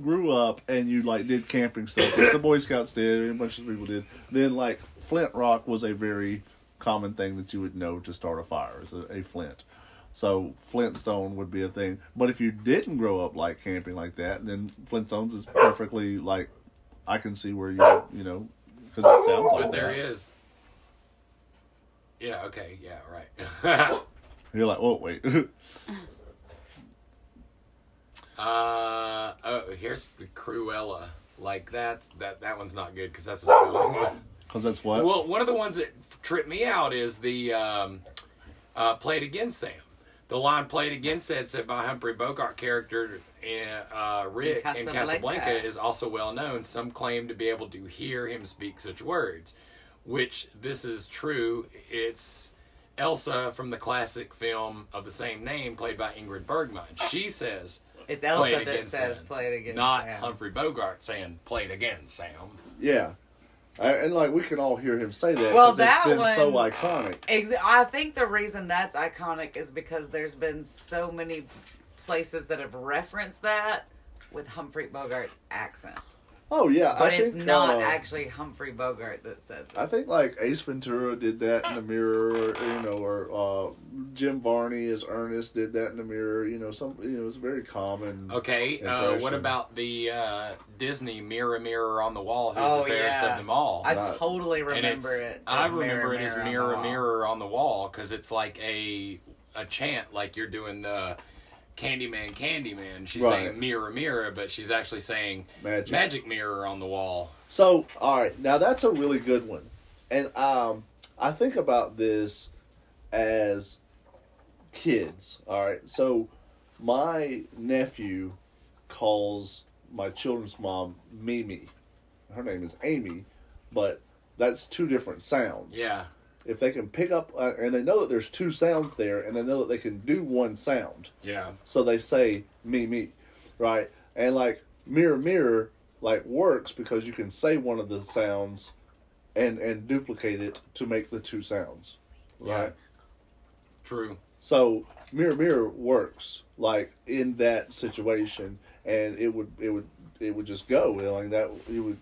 S3: grew up and you like did camping stuff, like the Boy Scouts did, and a bunch of people did, then like flint rock was a very common thing that you would know to start a fire is a, a flint. So flintstone would be a thing. But if you didn't grow up like camping like that, then flintstones is perfectly like I can see where you you know because it sounds like
S2: But there
S3: that.
S2: is. Yeah. Okay. Yeah. Right. (laughs)
S3: You're like, oh wait, (laughs)
S2: uh. Oh, here's Cruella. Like that's that. That one's not good because that's a spelling one.
S3: because that's what.
S2: Well, one of the ones that tripped me out is the um, uh, "Played Again, Sam." The line "Played Again," said said by Humphrey Bogart character uh, Rick
S1: In
S2: in
S1: Casablanca.
S2: Casablanca is also well known. Some claim to be able to hear him speak such words, which this is true. It's Elsa from the classic film of the same name, played by Ingrid Bergman. She says.
S1: It's
S2: "Play
S1: Elsa
S2: it
S1: that
S2: again,
S1: says
S2: Sam,"
S1: "Play it again."
S2: Not
S1: Sam.
S2: Humphrey Bogart saying "Play it again, Sam."
S3: yeah. I, and like we can all hear him say that
S1: Well,
S3: 'cause
S1: that
S3: it's been so
S1: one-
S3: iconic.
S1: Ex- I think the reason that's iconic is because there's been so many places that have referenced that with Humphrey Bogart's accent,
S3: Oh yeah,
S1: but
S3: I
S1: it's
S3: think,
S1: not
S3: uh,
S1: actually Humphrey Bogart that says it.
S3: I think like Ace Ventura did that in the mirror, or, you know, or uh, Jim Varney as Ernest did that in the mirror. You know, some you know it's very common.
S2: Okay, uh, what
S3: impression.
S2: about the uh, Disney Mirror Mirror on the Wall? Who's
S1: Oh,
S2: the fairest
S1: yeah.
S2: of them all?
S1: I
S3: Right.
S1: totally remember
S2: and it's,
S1: it.
S2: I
S1: as
S2: remember it as
S1: on the
S2: Mirror
S1: Wall.
S2: Mirror on the Wall because it's like a a chant, like you're doing the Candyman, Candyman. She's
S3: Right.
S2: saying Mirror Mirror, but she's actually saying
S3: Magic.
S2: Mirror on the Wall.
S3: So all right, now that's a really good one, and um, I think about this as kids. All right, so my nephew calls my children's mom Mimi. Her name is Amy, but that's two different sounds.
S2: Yeah,
S3: if they can pick up uh, and they know that there's two sounds there and they know that they can do one sound
S2: yeah.
S3: so they say me me right and like mirror mirror like works because you can say one of the sounds and and duplicate it to make the two sounds right
S2: Yeah. True.
S3: so mirror mirror works like in that situation and it would it would it would just go you know, like that you would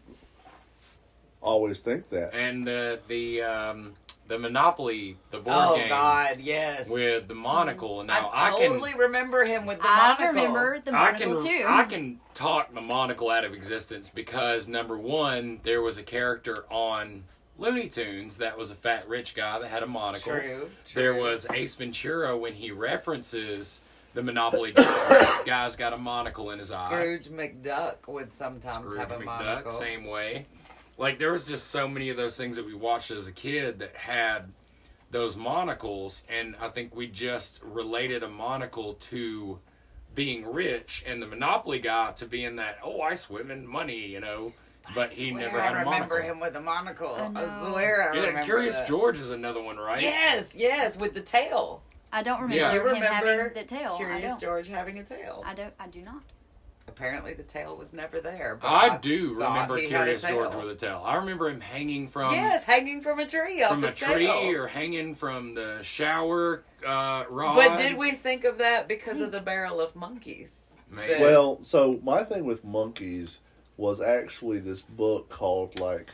S3: always think that
S2: And uh, the um, the Monopoly, the board
S1: Oh
S2: game
S1: God, yes.
S2: with the monocle. Now
S1: I
S2: can
S1: totally remember him with the
S4: I
S1: monocle.
S4: remember the
S2: I
S4: monocle
S2: can
S4: too.
S2: I can talk the monocle out of existence because number one, there was a character on Looney Tunes that was a fat rich guy that had a monocle.
S1: True,
S2: There
S1: true.
S2: was Ace Ventura when he references the Monopoly (coughs) guy. guy's got a monocle in his eye.
S1: Scrooge McDuck would sometimes
S2: Scrooge
S1: have a
S2: McDuck,
S1: monocle.
S2: same way. Like there was just so many of those things that we watched as a kid that had those monocles, and I think we just related a monocle to being rich, and the Monopoly guy to being that oh I swim in money, you know, but he
S1: Swear
S2: never had
S1: I
S2: a
S1: remember
S2: monocle.
S1: him with a monocle. I,
S4: know.
S1: swear I
S2: yeah,
S1: remember.
S2: Curious
S1: that.
S2: George is another one, right?
S1: Yes, yes, with the tail.
S4: I don't remember
S2: Yeah.
S1: You
S4: him
S1: remember
S4: having the tail. I
S1: Curious
S4: don't.
S1: George having a tail.
S4: I don't. I do not.
S1: Apparently, the tail was never there. But
S2: I do
S1: thought
S2: remember
S1: he had a
S2: Curious George
S1: tail.
S2: with a tail. I remember him hanging from
S1: yes, hanging from a tree off
S2: from a
S1: his
S2: tree
S1: tail.
S2: or hanging from the shower uh, rod.
S1: But did we think of that because
S4: Hmm.
S1: of the barrel of monkeys?
S2: Maybe.
S1: That-
S3: Well, so my thing with monkeys was actually this book called like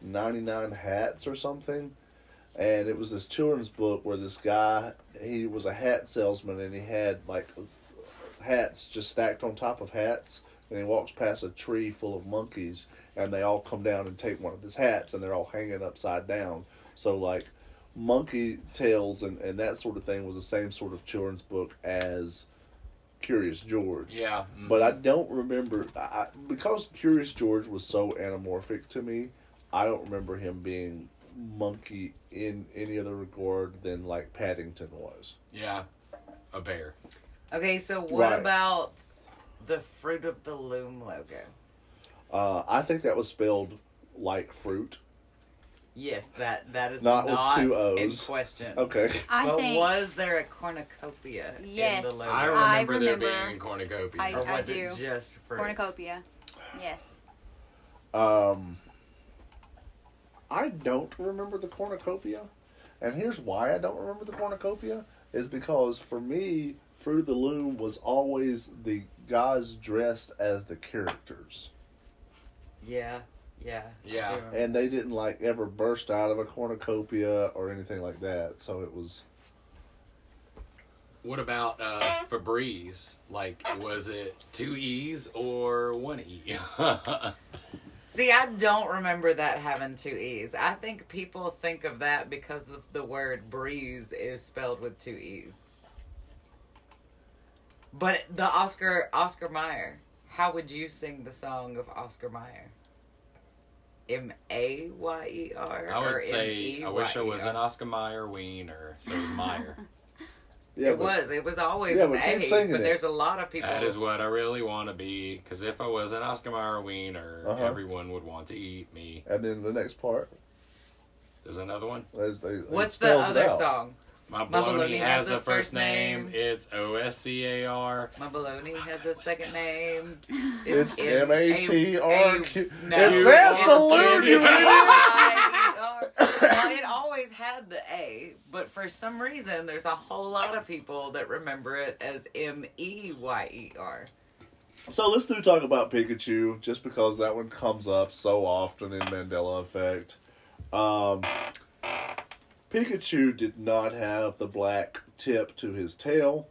S3: 99 Hats or something. And it was this children's book where this guy, he was a hat salesman and he had like hats just stacked on top of hats. And he walks past a tree full of monkeys and they all come down and take one of his hats and they're all hanging upside down. So, like, Monkey Tales and, and that sort of thing was the same sort of children's book as Curious George.
S2: Yeah.
S3: But I don't remember I, I- because Curious George was so anamorphic to me. I don't remember him being monkey in any other regard than like Paddington was.
S2: Yeah. A bear.
S1: Okay, so what
S3: Right.
S1: about the Fruit of the Loom logo?
S3: Uh, I think that was spelled like fruit.
S1: Yes, that that is
S3: Not
S1: not,
S3: with two
S1: in
S3: O's.
S1: question.
S3: Okay.
S4: I
S1: but
S4: think
S1: was there a cornucopia in
S4: Yes,
S1: the logo?
S2: I remember,
S4: I
S2: there
S4: remember-
S2: being a cornucopia.
S4: I-
S1: or
S4: I
S1: was
S4: do.
S1: it just fruit?
S4: cornucopia. Yes.
S3: Um, I don't remember the cornucopia, and here's why I don't remember the cornucopia is because for me, Fruit of the Loom was always the guys dressed as the characters,
S1: Yeah, yeah, I
S2: Yeah.
S1: do remember.
S3: and they didn't like ever burst out of a cornucopia or anything like that. So it was
S2: What about uh, Febreze? Like, was it two E's or one E? (laughs)
S1: See, I don't remember that having two e's. I think people think of that because the, the word breeze is spelled with two e's. But the Oscar Oscar Mayer, how would you sing the song of Oscar Mayer? M A Y E R.
S2: I
S1: or E
S2: would
S4: E
S2: say I wish I was
S1: M.E.Y.E.R.?
S2: an Oscar Mayer wiener. So was
S4: (laughs)
S2: Meyer.
S3: yeah,
S1: it
S3: but-
S1: was. It was always
S3: Yeah,
S1: an
S3: but keep
S1: A.
S3: singing
S1: But
S3: it.
S1: there's a lot of people.
S2: that is what I really want to be. Because if I was an Oscar Mayer wiener,
S3: Uh-huh.
S2: everyone would want to eat me.
S3: And then the next part,
S2: There's another one.
S3: they, they, it
S1: What's the
S3: spells it
S1: other
S3: out.
S1: song?
S2: My
S1: My
S2: baloney
S1: baloney
S2: has a first name. It's O S C A R.
S1: My baloney has a second name.
S3: It's M A T R Q.
S1: No.
S3: It says
S1: It's
S3: salute, you idiot.
S1: M-I-E-R. Well, it always had the A, but for some reason, there's a whole lot of people that remember it as M E Y E R.
S3: So let's do talk about Pikachu, just because that one comes up so often in Mandela Effect. Um, Pikachu did not have the black tip to his tail.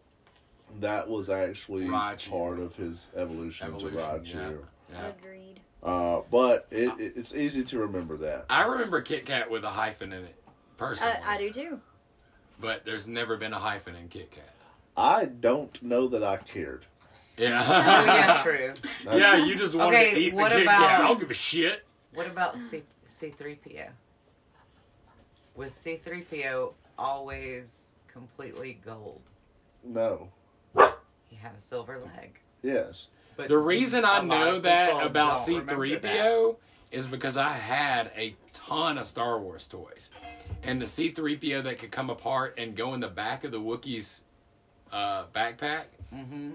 S3: That was actually
S2: Raichu.
S3: part of his evolution,
S2: Evolution,
S3: to Raichu.
S2: Yeah.
S4: Agreed.
S3: Uh, but it, it, it's easy to remember that.
S2: I remember Kit Kat with a hyphen in it, personally.
S4: Uh, I, I do too.
S2: But there's never been a hyphen in Kit Kat.
S3: I don't know that I cared.
S2: Yeah.
S1: Oh,
S3: (laughs)
S1: yeah, true.
S2: (laughs) yeah, you just wanted
S1: Okay,
S2: to eat the
S1: what
S2: Kit Kat.
S1: about-
S2: I don't give a shit.
S1: What about C- C3PO? Was C3PO always completely gold?
S3: No.
S1: He had a silver leg.
S3: Yes.
S1: But
S2: The reason I
S1: a lot
S2: know
S1: of
S2: that
S1: people
S2: about
S1: don't remember
S2: C3PO is because I had a ton of Star Wars toys. And the C3PO that could come apart and go in the back of the Wookiee's uh, backpack,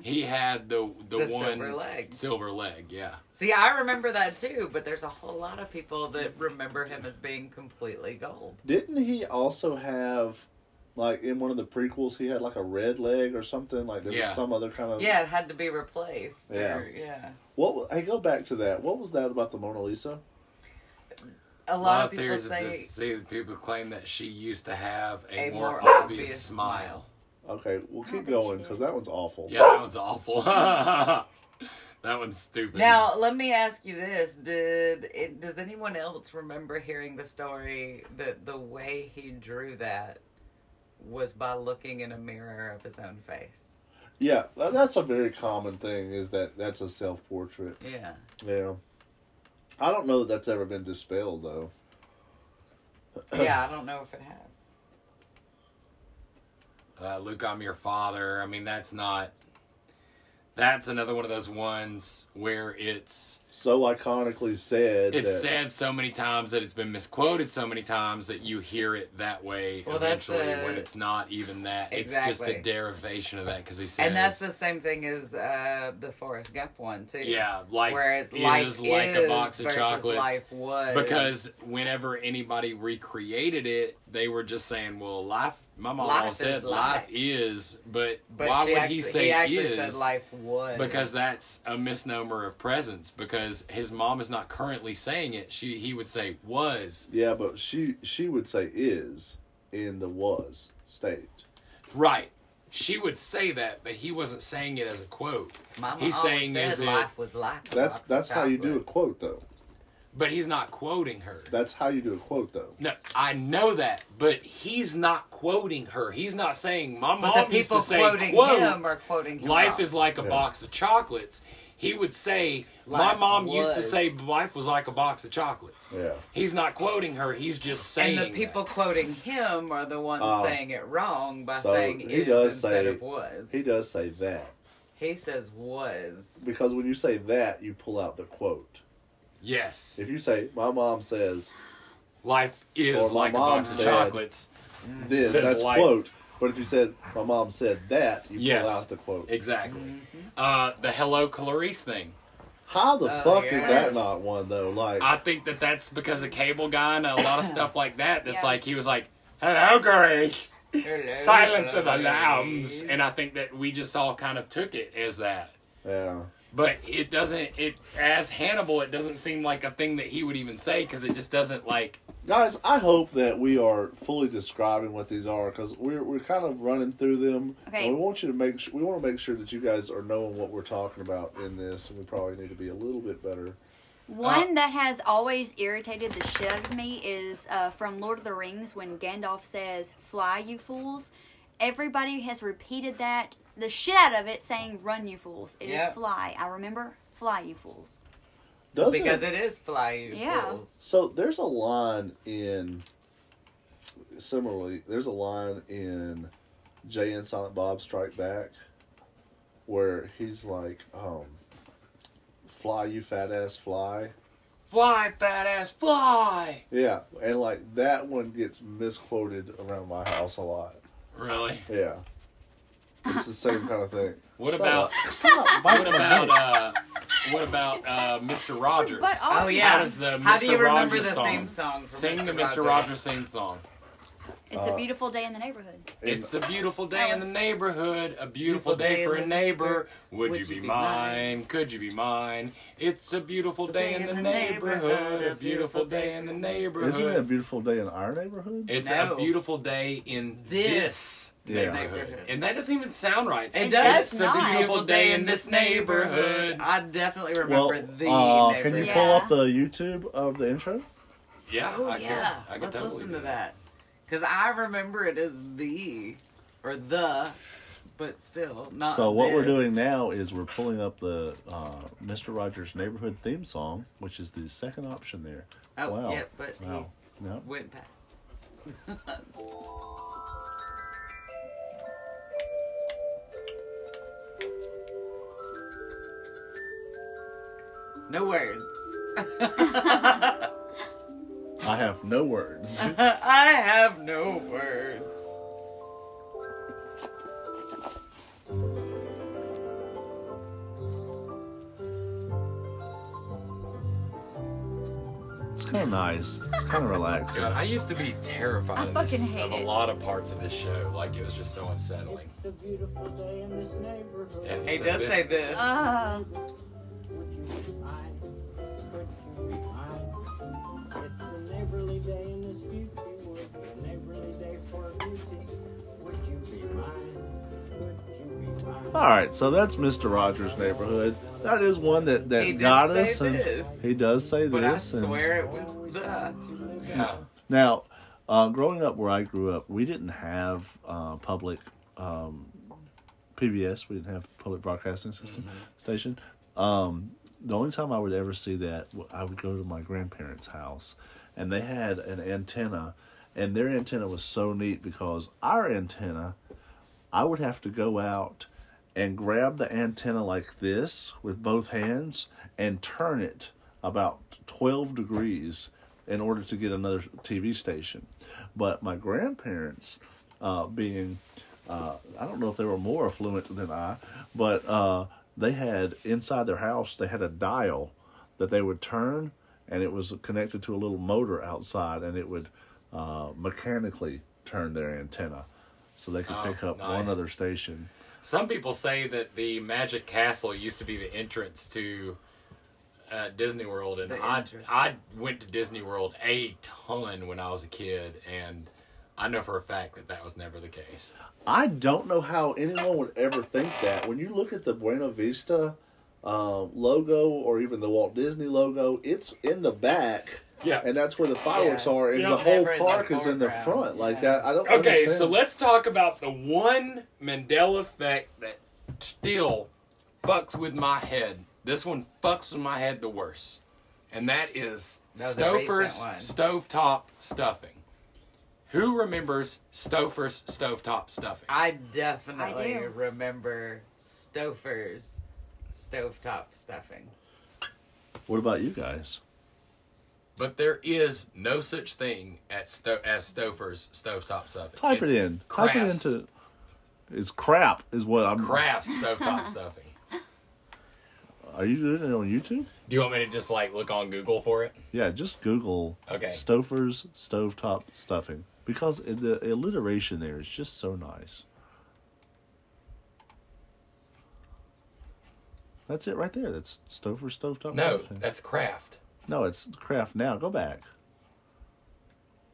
S2: he had the the,
S1: The
S2: one
S1: silver leg.
S2: silver leg, yeah.
S1: See, I remember that too, but there's a whole lot of people that remember him as being completely gold.
S3: Didn't he also have, like, in one of the prequels, he had, like, a red leg or something? Like, there
S2: Yeah.
S3: was some other kind of.
S1: Yeah, it had to be replaced.
S3: Yeah.
S1: or- yeah.
S3: What wa- I go back to that. What was that about the Mona Lisa?
S1: A
S2: A
S1: lot,
S2: lot, of
S1: people
S2: theories
S1: say
S2: of this. See, people claim that she used to have a,
S1: A
S2: more,
S1: more
S2: obvious,
S1: obvious
S2: smile.
S3: Okay, we'll keep
S4: think
S3: going
S4: she
S3: because
S4: did.
S3: that one's awful.
S2: Yeah, that one's awful. (laughs) that one's stupid.
S1: Now, let me ask you this: Did it? Does anyone else remember hearing the story that the way he drew that was by looking in a mirror of his own face?
S3: Yeah, tha- that's a very common thing. Is that that's a self portrait?
S1: Yeah.
S3: Yeah, I don't know that that's ever been dispelled though.
S1: (clears throat) Yeah, I don't know if it has.
S2: uh, Luke, I'm your father. I mean, that's not. That's another one of those ones where it's
S3: So iconically said.
S2: it's
S3: that,
S2: said so many times that it's been misquoted so many times that you hear it that way
S1: Well, that's
S2: eventually
S1: the-
S2: when it's not even that. It's just a
S1: Exactly.
S2: derivation of that because he says.
S1: And that's the same thing as uh, the Forrest Gump one too.
S2: yeah, life
S1: Whereas
S2: is
S1: life
S2: like a
S1: is
S2: box of
S1: versus
S2: chocolates.
S1: Life was
S2: because whenever anybody recreated it, they were just saying, "Well, life." My mom
S1: Life
S2: always said,
S1: is
S2: "Life
S1: life."
S2: is," but,
S1: But
S2: why
S1: she
S2: would
S1: actually-
S2: he say
S1: actually
S2: "is"?
S1: said life was
S2: because that's a misnomer of presence. Because his mom is not currently saying it; she he would say "was."
S3: Yeah, but she she would say is in the was state.
S2: Right. She would say that, but he wasn't saying it as a quote.
S1: Mama always
S2: He's saying
S1: said
S2: is it
S1: life was like a
S3: That's
S1: box of
S3: that's how you do a
S1: chocolates.
S3: quote though.
S2: but he's not quoting her.
S3: That's how you do a quote, though.
S2: No, I know that, but he's not quoting her. He's not saying my
S1: But
S2: mom
S1: the
S2: used
S1: people
S2: to say
S1: quoting
S2: quote,
S1: him are quoting him
S2: life
S1: wrong."
S2: is like a box of chocolates. He would say my
S1: Life
S2: mom used to
S1: was.
S2: say life was like a box of chocolates.
S3: Yeah.
S2: He's not quoting her. He's just saying
S1: And the people quoting him are the ones saying it wrong by
S3: Oh. so
S1: saying
S3: he
S1: is
S3: does
S1: instead
S3: say-
S1: of was.
S3: He does say that
S1: He says was.
S3: because when you say that, you pull out the quote.
S2: that. yes,
S3: If you say, "My mom says
S2: life is
S3: Or my
S2: like a
S3: mom
S2: box of
S3: said-
S2: chocolates.
S3: this,"
S2: Says
S3: that's
S2: life.
S3: quote. But if you said, "My mom said that," you
S2: Yes.
S3: pull out the quote.
S2: Exactly.
S1: Mm-hmm.
S2: Uh, the hello Clarice thing.
S3: How the
S1: Oh,
S3: fuck is
S1: yes.
S3: that not one though? Like,
S2: I think that that's because of Cable Guy and a
S1: (coughs)
S2: lot of stuff like that. That's
S4: Yeah.
S2: like he was like hello Clarice.
S1: (laughs) Hello,
S2: (laughs) Silence of the
S1: ladies.
S2: Lambs, and I think that we just all kind of took it as that.
S3: yeah,
S2: But it doesn't. It as Hannibal, it doesn't seem like a thing that he would even say because it just doesn't like.
S3: guys, I hope that we are fully describing what these are because we're we're kind of running through them.
S4: Okay.
S3: And we want you to make su we want to make sure that you guys are knowing what we're talking about in this, and we probably need to be a little bit better.
S4: One that has always irritated the shit out of me is uh, from Lord of the Rings when Gandalf says, Fly, you fools. Everybody has repeated that, the shit out of it, saying, Run, you fools. It is
S1: Yep.
S4: fly. I remember, fly, you fools.
S3: Does
S1: Because it is fly you
S4: Yeah.
S1: fools.
S3: So there's a line in. Similarly, there's a line in Jay and Silent Bob Strike Back where he's like, um, fly, you fat ass fly.
S2: Fly, fat ass, fly.
S3: Yeah. And like that one gets misquoted around my house a lot.
S2: Really?
S3: Yeah. It's the same kind of thing.
S2: What
S3: Shut
S2: about?
S3: up. Stop.
S2: (laughs) What about? uh What about uh Mr. Rogers?
S4: But all
S1: Oh
S4: of
S1: yeah.
S2: How does the
S1: How do
S2: Mr.
S1: you remember
S2: Rogers
S1: the
S2: song?
S1: theme song? For
S2: Sing
S1: Mr.
S2: the Mr. Rogers sing song.
S4: It's a beautiful day in the neighborhood.
S2: It's a beautiful day in the
S4: Alice.
S2: neighborhood, a beautiful day for a neighbor. Would you be mine? Could you be mine? It's a beautiful day in the neighborhood, a beautiful day in the
S1: Uh-huh.
S3: Isn't it a
S2: neighborhood.
S3: beautiful day in our neighborhood?
S2: It's
S1: No.
S2: a beautiful day in
S1: This
S2: this
S3: Yeah.
S2: neighborhood.
S1: Neighborhood.
S2: And that doesn't even sound right.
S1: It
S4: does
S2: It's
S1: does.
S2: a
S4: not.
S2: beautiful day in this neighborhood.
S1: I definitely
S3: Well,
S1: remember the
S3: uh, can
S1: neighborhood.
S3: you
S4: Yeah.
S3: pull up the YouTube of the intro?
S2: Yeah,
S1: Oh
S2: I could-
S1: yeah,
S2: I could
S1: let's
S2: totally
S1: listen
S2: do
S1: to that because I remember it as the or the, but still not.
S3: So what we're
S1: this.
S3: doing now is we're pulling up the uh, Mr. Rogers neighborhood theme song, which is the second option there.
S1: Oh
S3: wow.
S1: yeah, but
S3: wow. No.
S1: he went past. (laughs) No words.
S3: I have no words.
S1: I have no words.
S3: it's kind of nice. It's kind of relaxing.
S2: God, I used to be terrified
S4: I
S2: of, this,
S4: fucking hate
S2: of a
S4: it.
S2: lot of parts of this show. Like it was just so unsettling.
S7: It's a beautiful day in this neighborhood.
S2: Yeah,
S1: He
S2: says
S1: does
S2: this.
S1: say this.
S4: Uh,
S7: Would you be mine? Could you be mine? It's a neighborly day in this beauty wood. A neighborly day for beauty. Would you be mine? Could you be mine?
S3: All right, so that's Mr. Rogers' neighborhood. That is one that that
S1: He did
S3: got
S1: say
S3: us, and
S1: this.
S3: he does say
S1: But I
S3: this. and-
S1: swear it was the.
S2: Yeah.
S3: Now, uh, growing up where I grew up, we didn't have uh, public um, PBS. We didn't have public broadcasting system
S1: Mm-hmm.
S3: station. Um, the only time I would ever see that, w- I would go to my grandparents' house, and they had an antenna, and their antenna was so neat because our antenna, I would have to go out and grab the antenna like this with both hands and turn it about 12 degrees in order to get another TV station. But my grandparents, uh, being, uh, I don't know if they were more affluent than I, but uh, they had inside their house, they had a dial that they would turn and it was connected to a little motor outside and it would uh, mechanically turn their antenna so they could
S2: Oh,
S3: pick up
S2: nice.
S3: one other station.
S2: Some people say that the Magic Castle used to be the entrance to uh, Disney World, and
S1: The
S2: I
S1: entrance.
S2: I went to Disney World a ton when I was a kid, and I know for a fact that that was never the case.
S3: I don't know how anyone would ever think that. When you look at the Buena Vista um, logo or even the Walt Disney logo. It's in the back.
S2: Yeah.
S3: And that's where the fireworks
S1: Yeah.
S3: are, and
S2: Yeah.
S3: the whole
S1: Never in the
S3: park is in the
S1: foreground.
S3: front like
S1: Yeah.
S3: that. I don't.
S2: Okay,
S3: understand.
S2: so let's talk about the one Mandela effect that still fucks with my head. This one fucks with my head the worst. And that is
S1: That was a
S2: Stouffer's
S1: recent one.
S2: stovetop stuffing. Who remembers Stouffer's stovetop stuffing?
S1: I definitely
S4: I do.
S1: remember Stouffer's stovetop stuffing.
S3: What about you guys?
S2: But there is no such thing at Sto- as Stouffer's stovetop stuffing.
S3: Type
S2: It's
S3: it in. Type it
S2: Kraft's-
S3: into. It's crap, is what I'm.
S2: Kraft's stovetop stuffing.
S3: Are you doing it on YouTube?
S2: Do you want me to just like look on Google for it?
S3: Yeah, just Google
S2: Okay.
S3: Stouffer's stovetop stuffing because the alliteration there is just so nice. That's it right there. That's Stouffer's stovetop
S2: No, uh,
S3: stuffing.
S2: that's Kraft.
S3: no, it's Kraft now. Go back.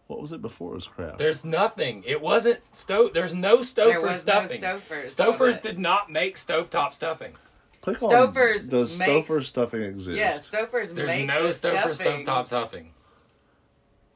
S3: What was it before it was Kraft?
S2: There's nothing. It wasn't stove. There's no Stouffer's
S1: was no
S2: stuffing.
S1: Stouffer's
S2: Stouffer's
S1: of it.
S2: did not make stovetop stuffing.
S3: Click
S1: Stouffer's
S3: on does
S1: makes-
S3: Stouffer's stuffing exist?
S1: Yeah, Stouffer's
S2: There's
S1: makes
S2: no
S1: a
S2: Stouffer's
S1: stuffing.
S2: stovetop stuffing.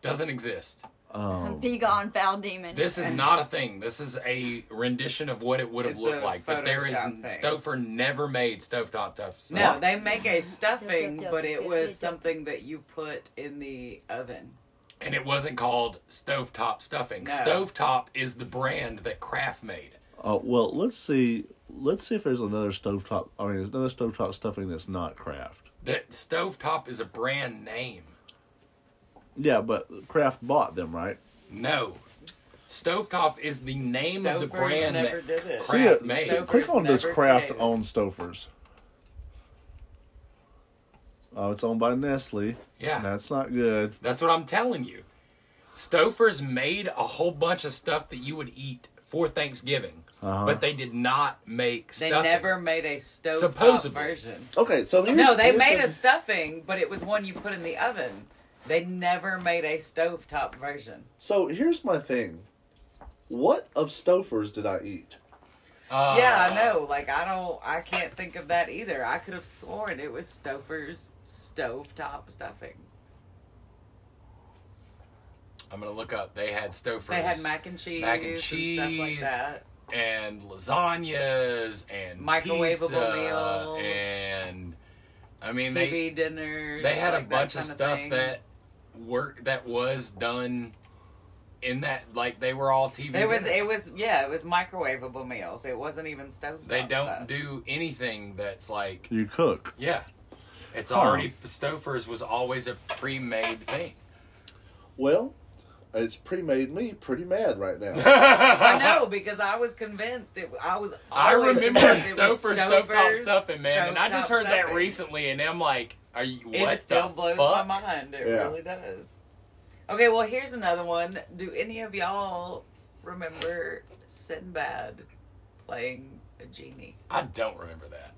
S2: Doesn't exist.
S3: Um,
S4: Be gone, foul demon.
S2: This is not a thing. This is a rendition of what it would have
S1: It's
S2: looked
S1: a
S2: like. But there is
S1: Photoshop thing.
S2: Stouffer never made stovetop stuff.
S1: No, they make a stuffing,
S4: Dup, dup,
S1: but
S4: dup,
S1: it
S4: dup,
S1: was
S4: dup, dup.
S1: something that you put in the oven.
S2: and it wasn't called stovetop stuffing.
S1: No.
S2: Stovetop is the brand that Kraft made.
S3: Uh, well, let's see. Let's see if there's another stovetop. I mean, there's another stovetop stuffing that's not Kraft.
S2: That stovetop is a brand name.
S3: Yeah, but Kraft bought them, right?
S2: No. Stovetop is the name of the
S1: Stouffer's
S2: brand
S1: never
S2: that
S1: did it.
S3: See it.
S2: Kraft made.
S3: see-
S1: Stouffer's
S3: uh, click on does
S1: never
S3: Kraft
S1: created.
S3: own Stouffer's? Oh, it's owned by Nestle.
S2: Yeah.
S3: That's not good.
S2: That's what I'm telling you. Stouffer's made a whole bunch of stuff that you would eat for Thanksgiving,
S3: Uh-huh.
S2: but they did not make
S1: They
S2: stuff.
S1: never made a stovetop
S2: Supposedly.
S1: version.
S3: Okay, so here's,
S1: No, they
S3: here's
S1: made
S3: the-
S1: a stuffing, but it was one you put in the oven. They never made a stovetop version.
S3: So here's my thing. What of Stouffer's did I eat?
S2: Uh,
S1: yeah, I know. Like I don't, I can't think of that either. I could have sworn it was Stouffer's stovetop stuffing.
S2: I'm gonna look up. They had Stouffer's.
S1: They had mac and cheese,
S2: Mac and
S1: and stuff like
S2: cheese.
S1: that.
S2: and lasagnas and
S1: Microwavable
S2: pizza
S1: meals.
S2: and I mean
S1: TV
S2: they
S1: dinners.
S2: they had
S1: like
S2: a
S1: that
S2: bunch of
S1: kinda
S2: stuff
S1: thing.
S2: that work that was done in that like they were all TV.
S1: It was
S2: dinners.
S1: it was yeah it was microwavable meals. It wasn't even stovetop.
S2: They
S1: stuff.
S2: don't do anything that's like
S3: You cook.
S2: Yeah. It's already Stouffer's was always a pre-made thing.
S3: Well, it's pre-made me pretty mad right (laughs) now.
S1: I know because I was convinced it. I was.
S2: (laughs) I
S1: always
S2: remember
S1: convinced it was
S2: Stouffer's stovetop
S1: Stouffer's
S2: stuffing, man, and I just
S1: stovetop
S2: heard that
S1: stuffing.
S2: recently, and I'm like, "Are you
S1: It
S2: what
S1: still
S2: the
S1: blows
S2: fuck?
S1: my mind. It
S3: Yeah.
S1: really does. Okay, well here's another one. Do any of y'all remember Sinbad playing a genie?
S2: I don't remember that.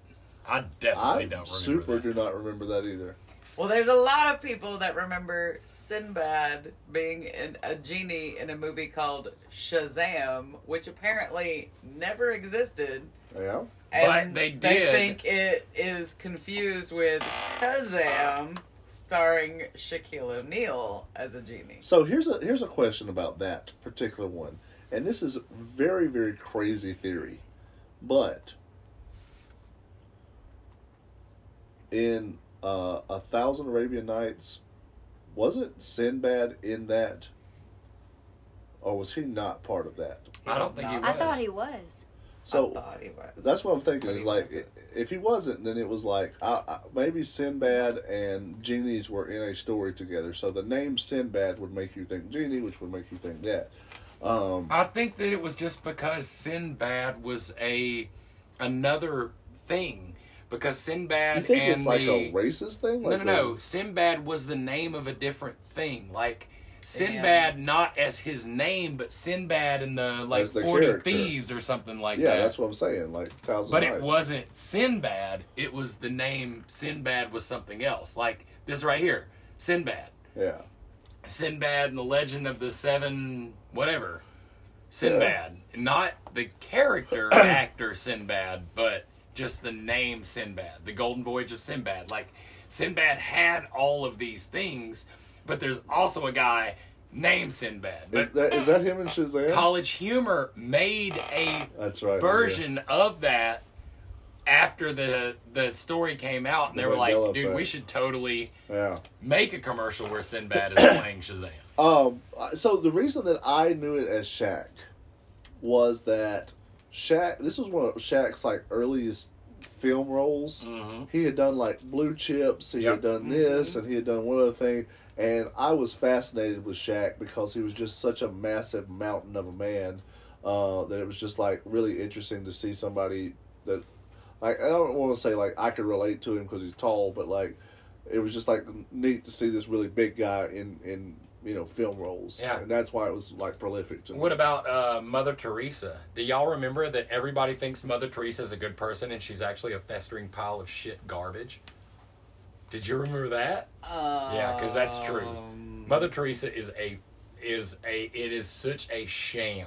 S2: I definitely
S3: I
S2: don't remember
S3: super
S2: that.
S3: do not remember that either.
S1: Well, there's a lot of people that remember Sinbad being in, a genie in a movie called Shazam, which apparently never existed.
S3: Yeah.
S1: And
S2: But
S1: They
S2: they did.
S1: think it is confused with Kazam, starring Shaquille O'Neal as a genie.
S3: So here's a here's a question about that particular one, and this is very very crazy theory, but in uh, a thousand Arabian Nights, wasn't Sinbad in that, or was he not part of that?
S2: I don't think he
S1: I
S2: was.
S4: I thought he
S1: I
S4: was.
S3: So
S1: thought he was.
S3: that's what I'm thinking.
S1: But he
S3: Is like
S1: wasn't.
S3: if he wasn't, then it was like I, I, maybe Sinbad and genies were in a story together. So the name Sinbad would make you think genie, which would make you think that.
S2: I think that it was just because Sinbad was a another thing because Sinbad
S3: You think
S2: and
S3: it's like
S2: the,
S3: a racist thing?
S2: No,
S3: Like
S2: no,
S3: a-
S2: no. Sinbad was the name of a different thing. Like Sinbad, not as his name, but Sinbad and the like
S3: As the
S2: Forty
S3: character.
S2: Thieves or something like
S3: Yeah,
S2: that.
S3: that's what I'm saying. Like thousand.
S2: but it
S3: Nights.
S2: wasn't Sinbad. It was the name. Sinbad was something else. Like this right here, Sinbad.
S3: Yeah.
S2: Sinbad and the Legend of the Seven,
S3: (coughs)
S2: whatever. Sinbad, not the character actor Sinbad, but just the name Sinbad, the Golden Voyage of Sinbad. Like Sinbad had all of these things, but there's also a guy named Sinbad. But
S3: Is that is that him and Shazam?
S2: College Humor made a
S3: That's right.
S2: version of that after the the story came out, and they
S3: The
S2: were like,
S3: Mandela
S2: "Dude, we
S3: effect.
S2: should totally
S3: Yeah.
S2: make a commercial where Sinbad is (coughs) playing Shazam."
S3: Um. So the reason that I knew it as Shaq was that Shaq. This was one of Shaq's like earliest film roles. He had done like Blue Chips. He
S2: Mm-hmm. Yep.
S3: had done this, and he had done one other thing. And I was fascinated with Shaq because he was just such a massive mountain of a man uh, that it was just like really interesting to see somebody that like I don't want to say like I could relate to him because he's tall, but like it was just like neat to see this really big guy in in you know film roles.
S2: Yeah.
S3: and that's why it was like prolific to me.
S2: What about uh, Mother Teresa? Do y'all remember that everybody thinks Mother Teresa is a good person and she's actually a festering pile of shit garbage? Did you remember that?
S1: Uh,
S2: Yeah, because that's true. Mother Teresa is a is a it is such a sham.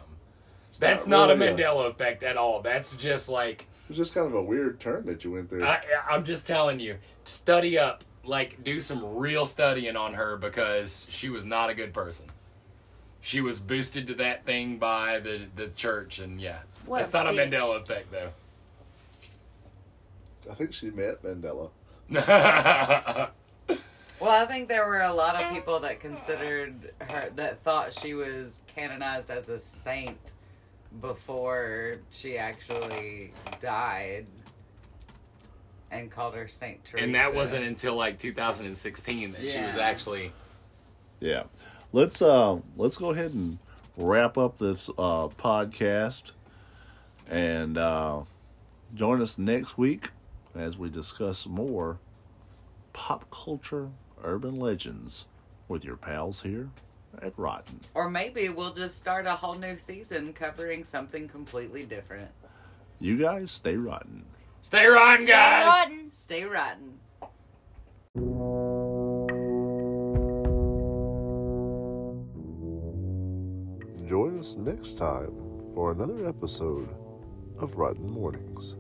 S2: That's
S3: not
S2: not,
S3: really
S2: a
S3: a-
S2: Mandela effect at all. That's just like
S3: It was just kind of a weird turn that you went there.
S2: I, I'm just telling you, study up, like do some real studying on her because she was not a good person. She was boosted to that thing by the the church, and yeah,
S4: What
S2: that's
S4: a
S2: not
S4: bitch.
S2: a Mandela effect though. (laughs)
S3: I think she met Mandela.
S1: Well, I think there were a lot of people that considered her that thought she was canonized as a saint before she actually died, and called her Saint Teresa.
S2: and that wasn't until like 2016 that she was
S1: Yeah.
S2: actually.
S8: Yeah. Let's um let's go ahead and wrap up this uh podcast and uh join us next week as we discuss more pop culture urban legends with your pals here at Rotten.
S1: Or maybe we'll just start a whole new season covering something completely different.
S8: You guys stay rotten.
S2: Stay rotten, guys.
S4: Rotten.
S1: Stay rotten.
S3: Join us next time for another episode of Rotten Mornings.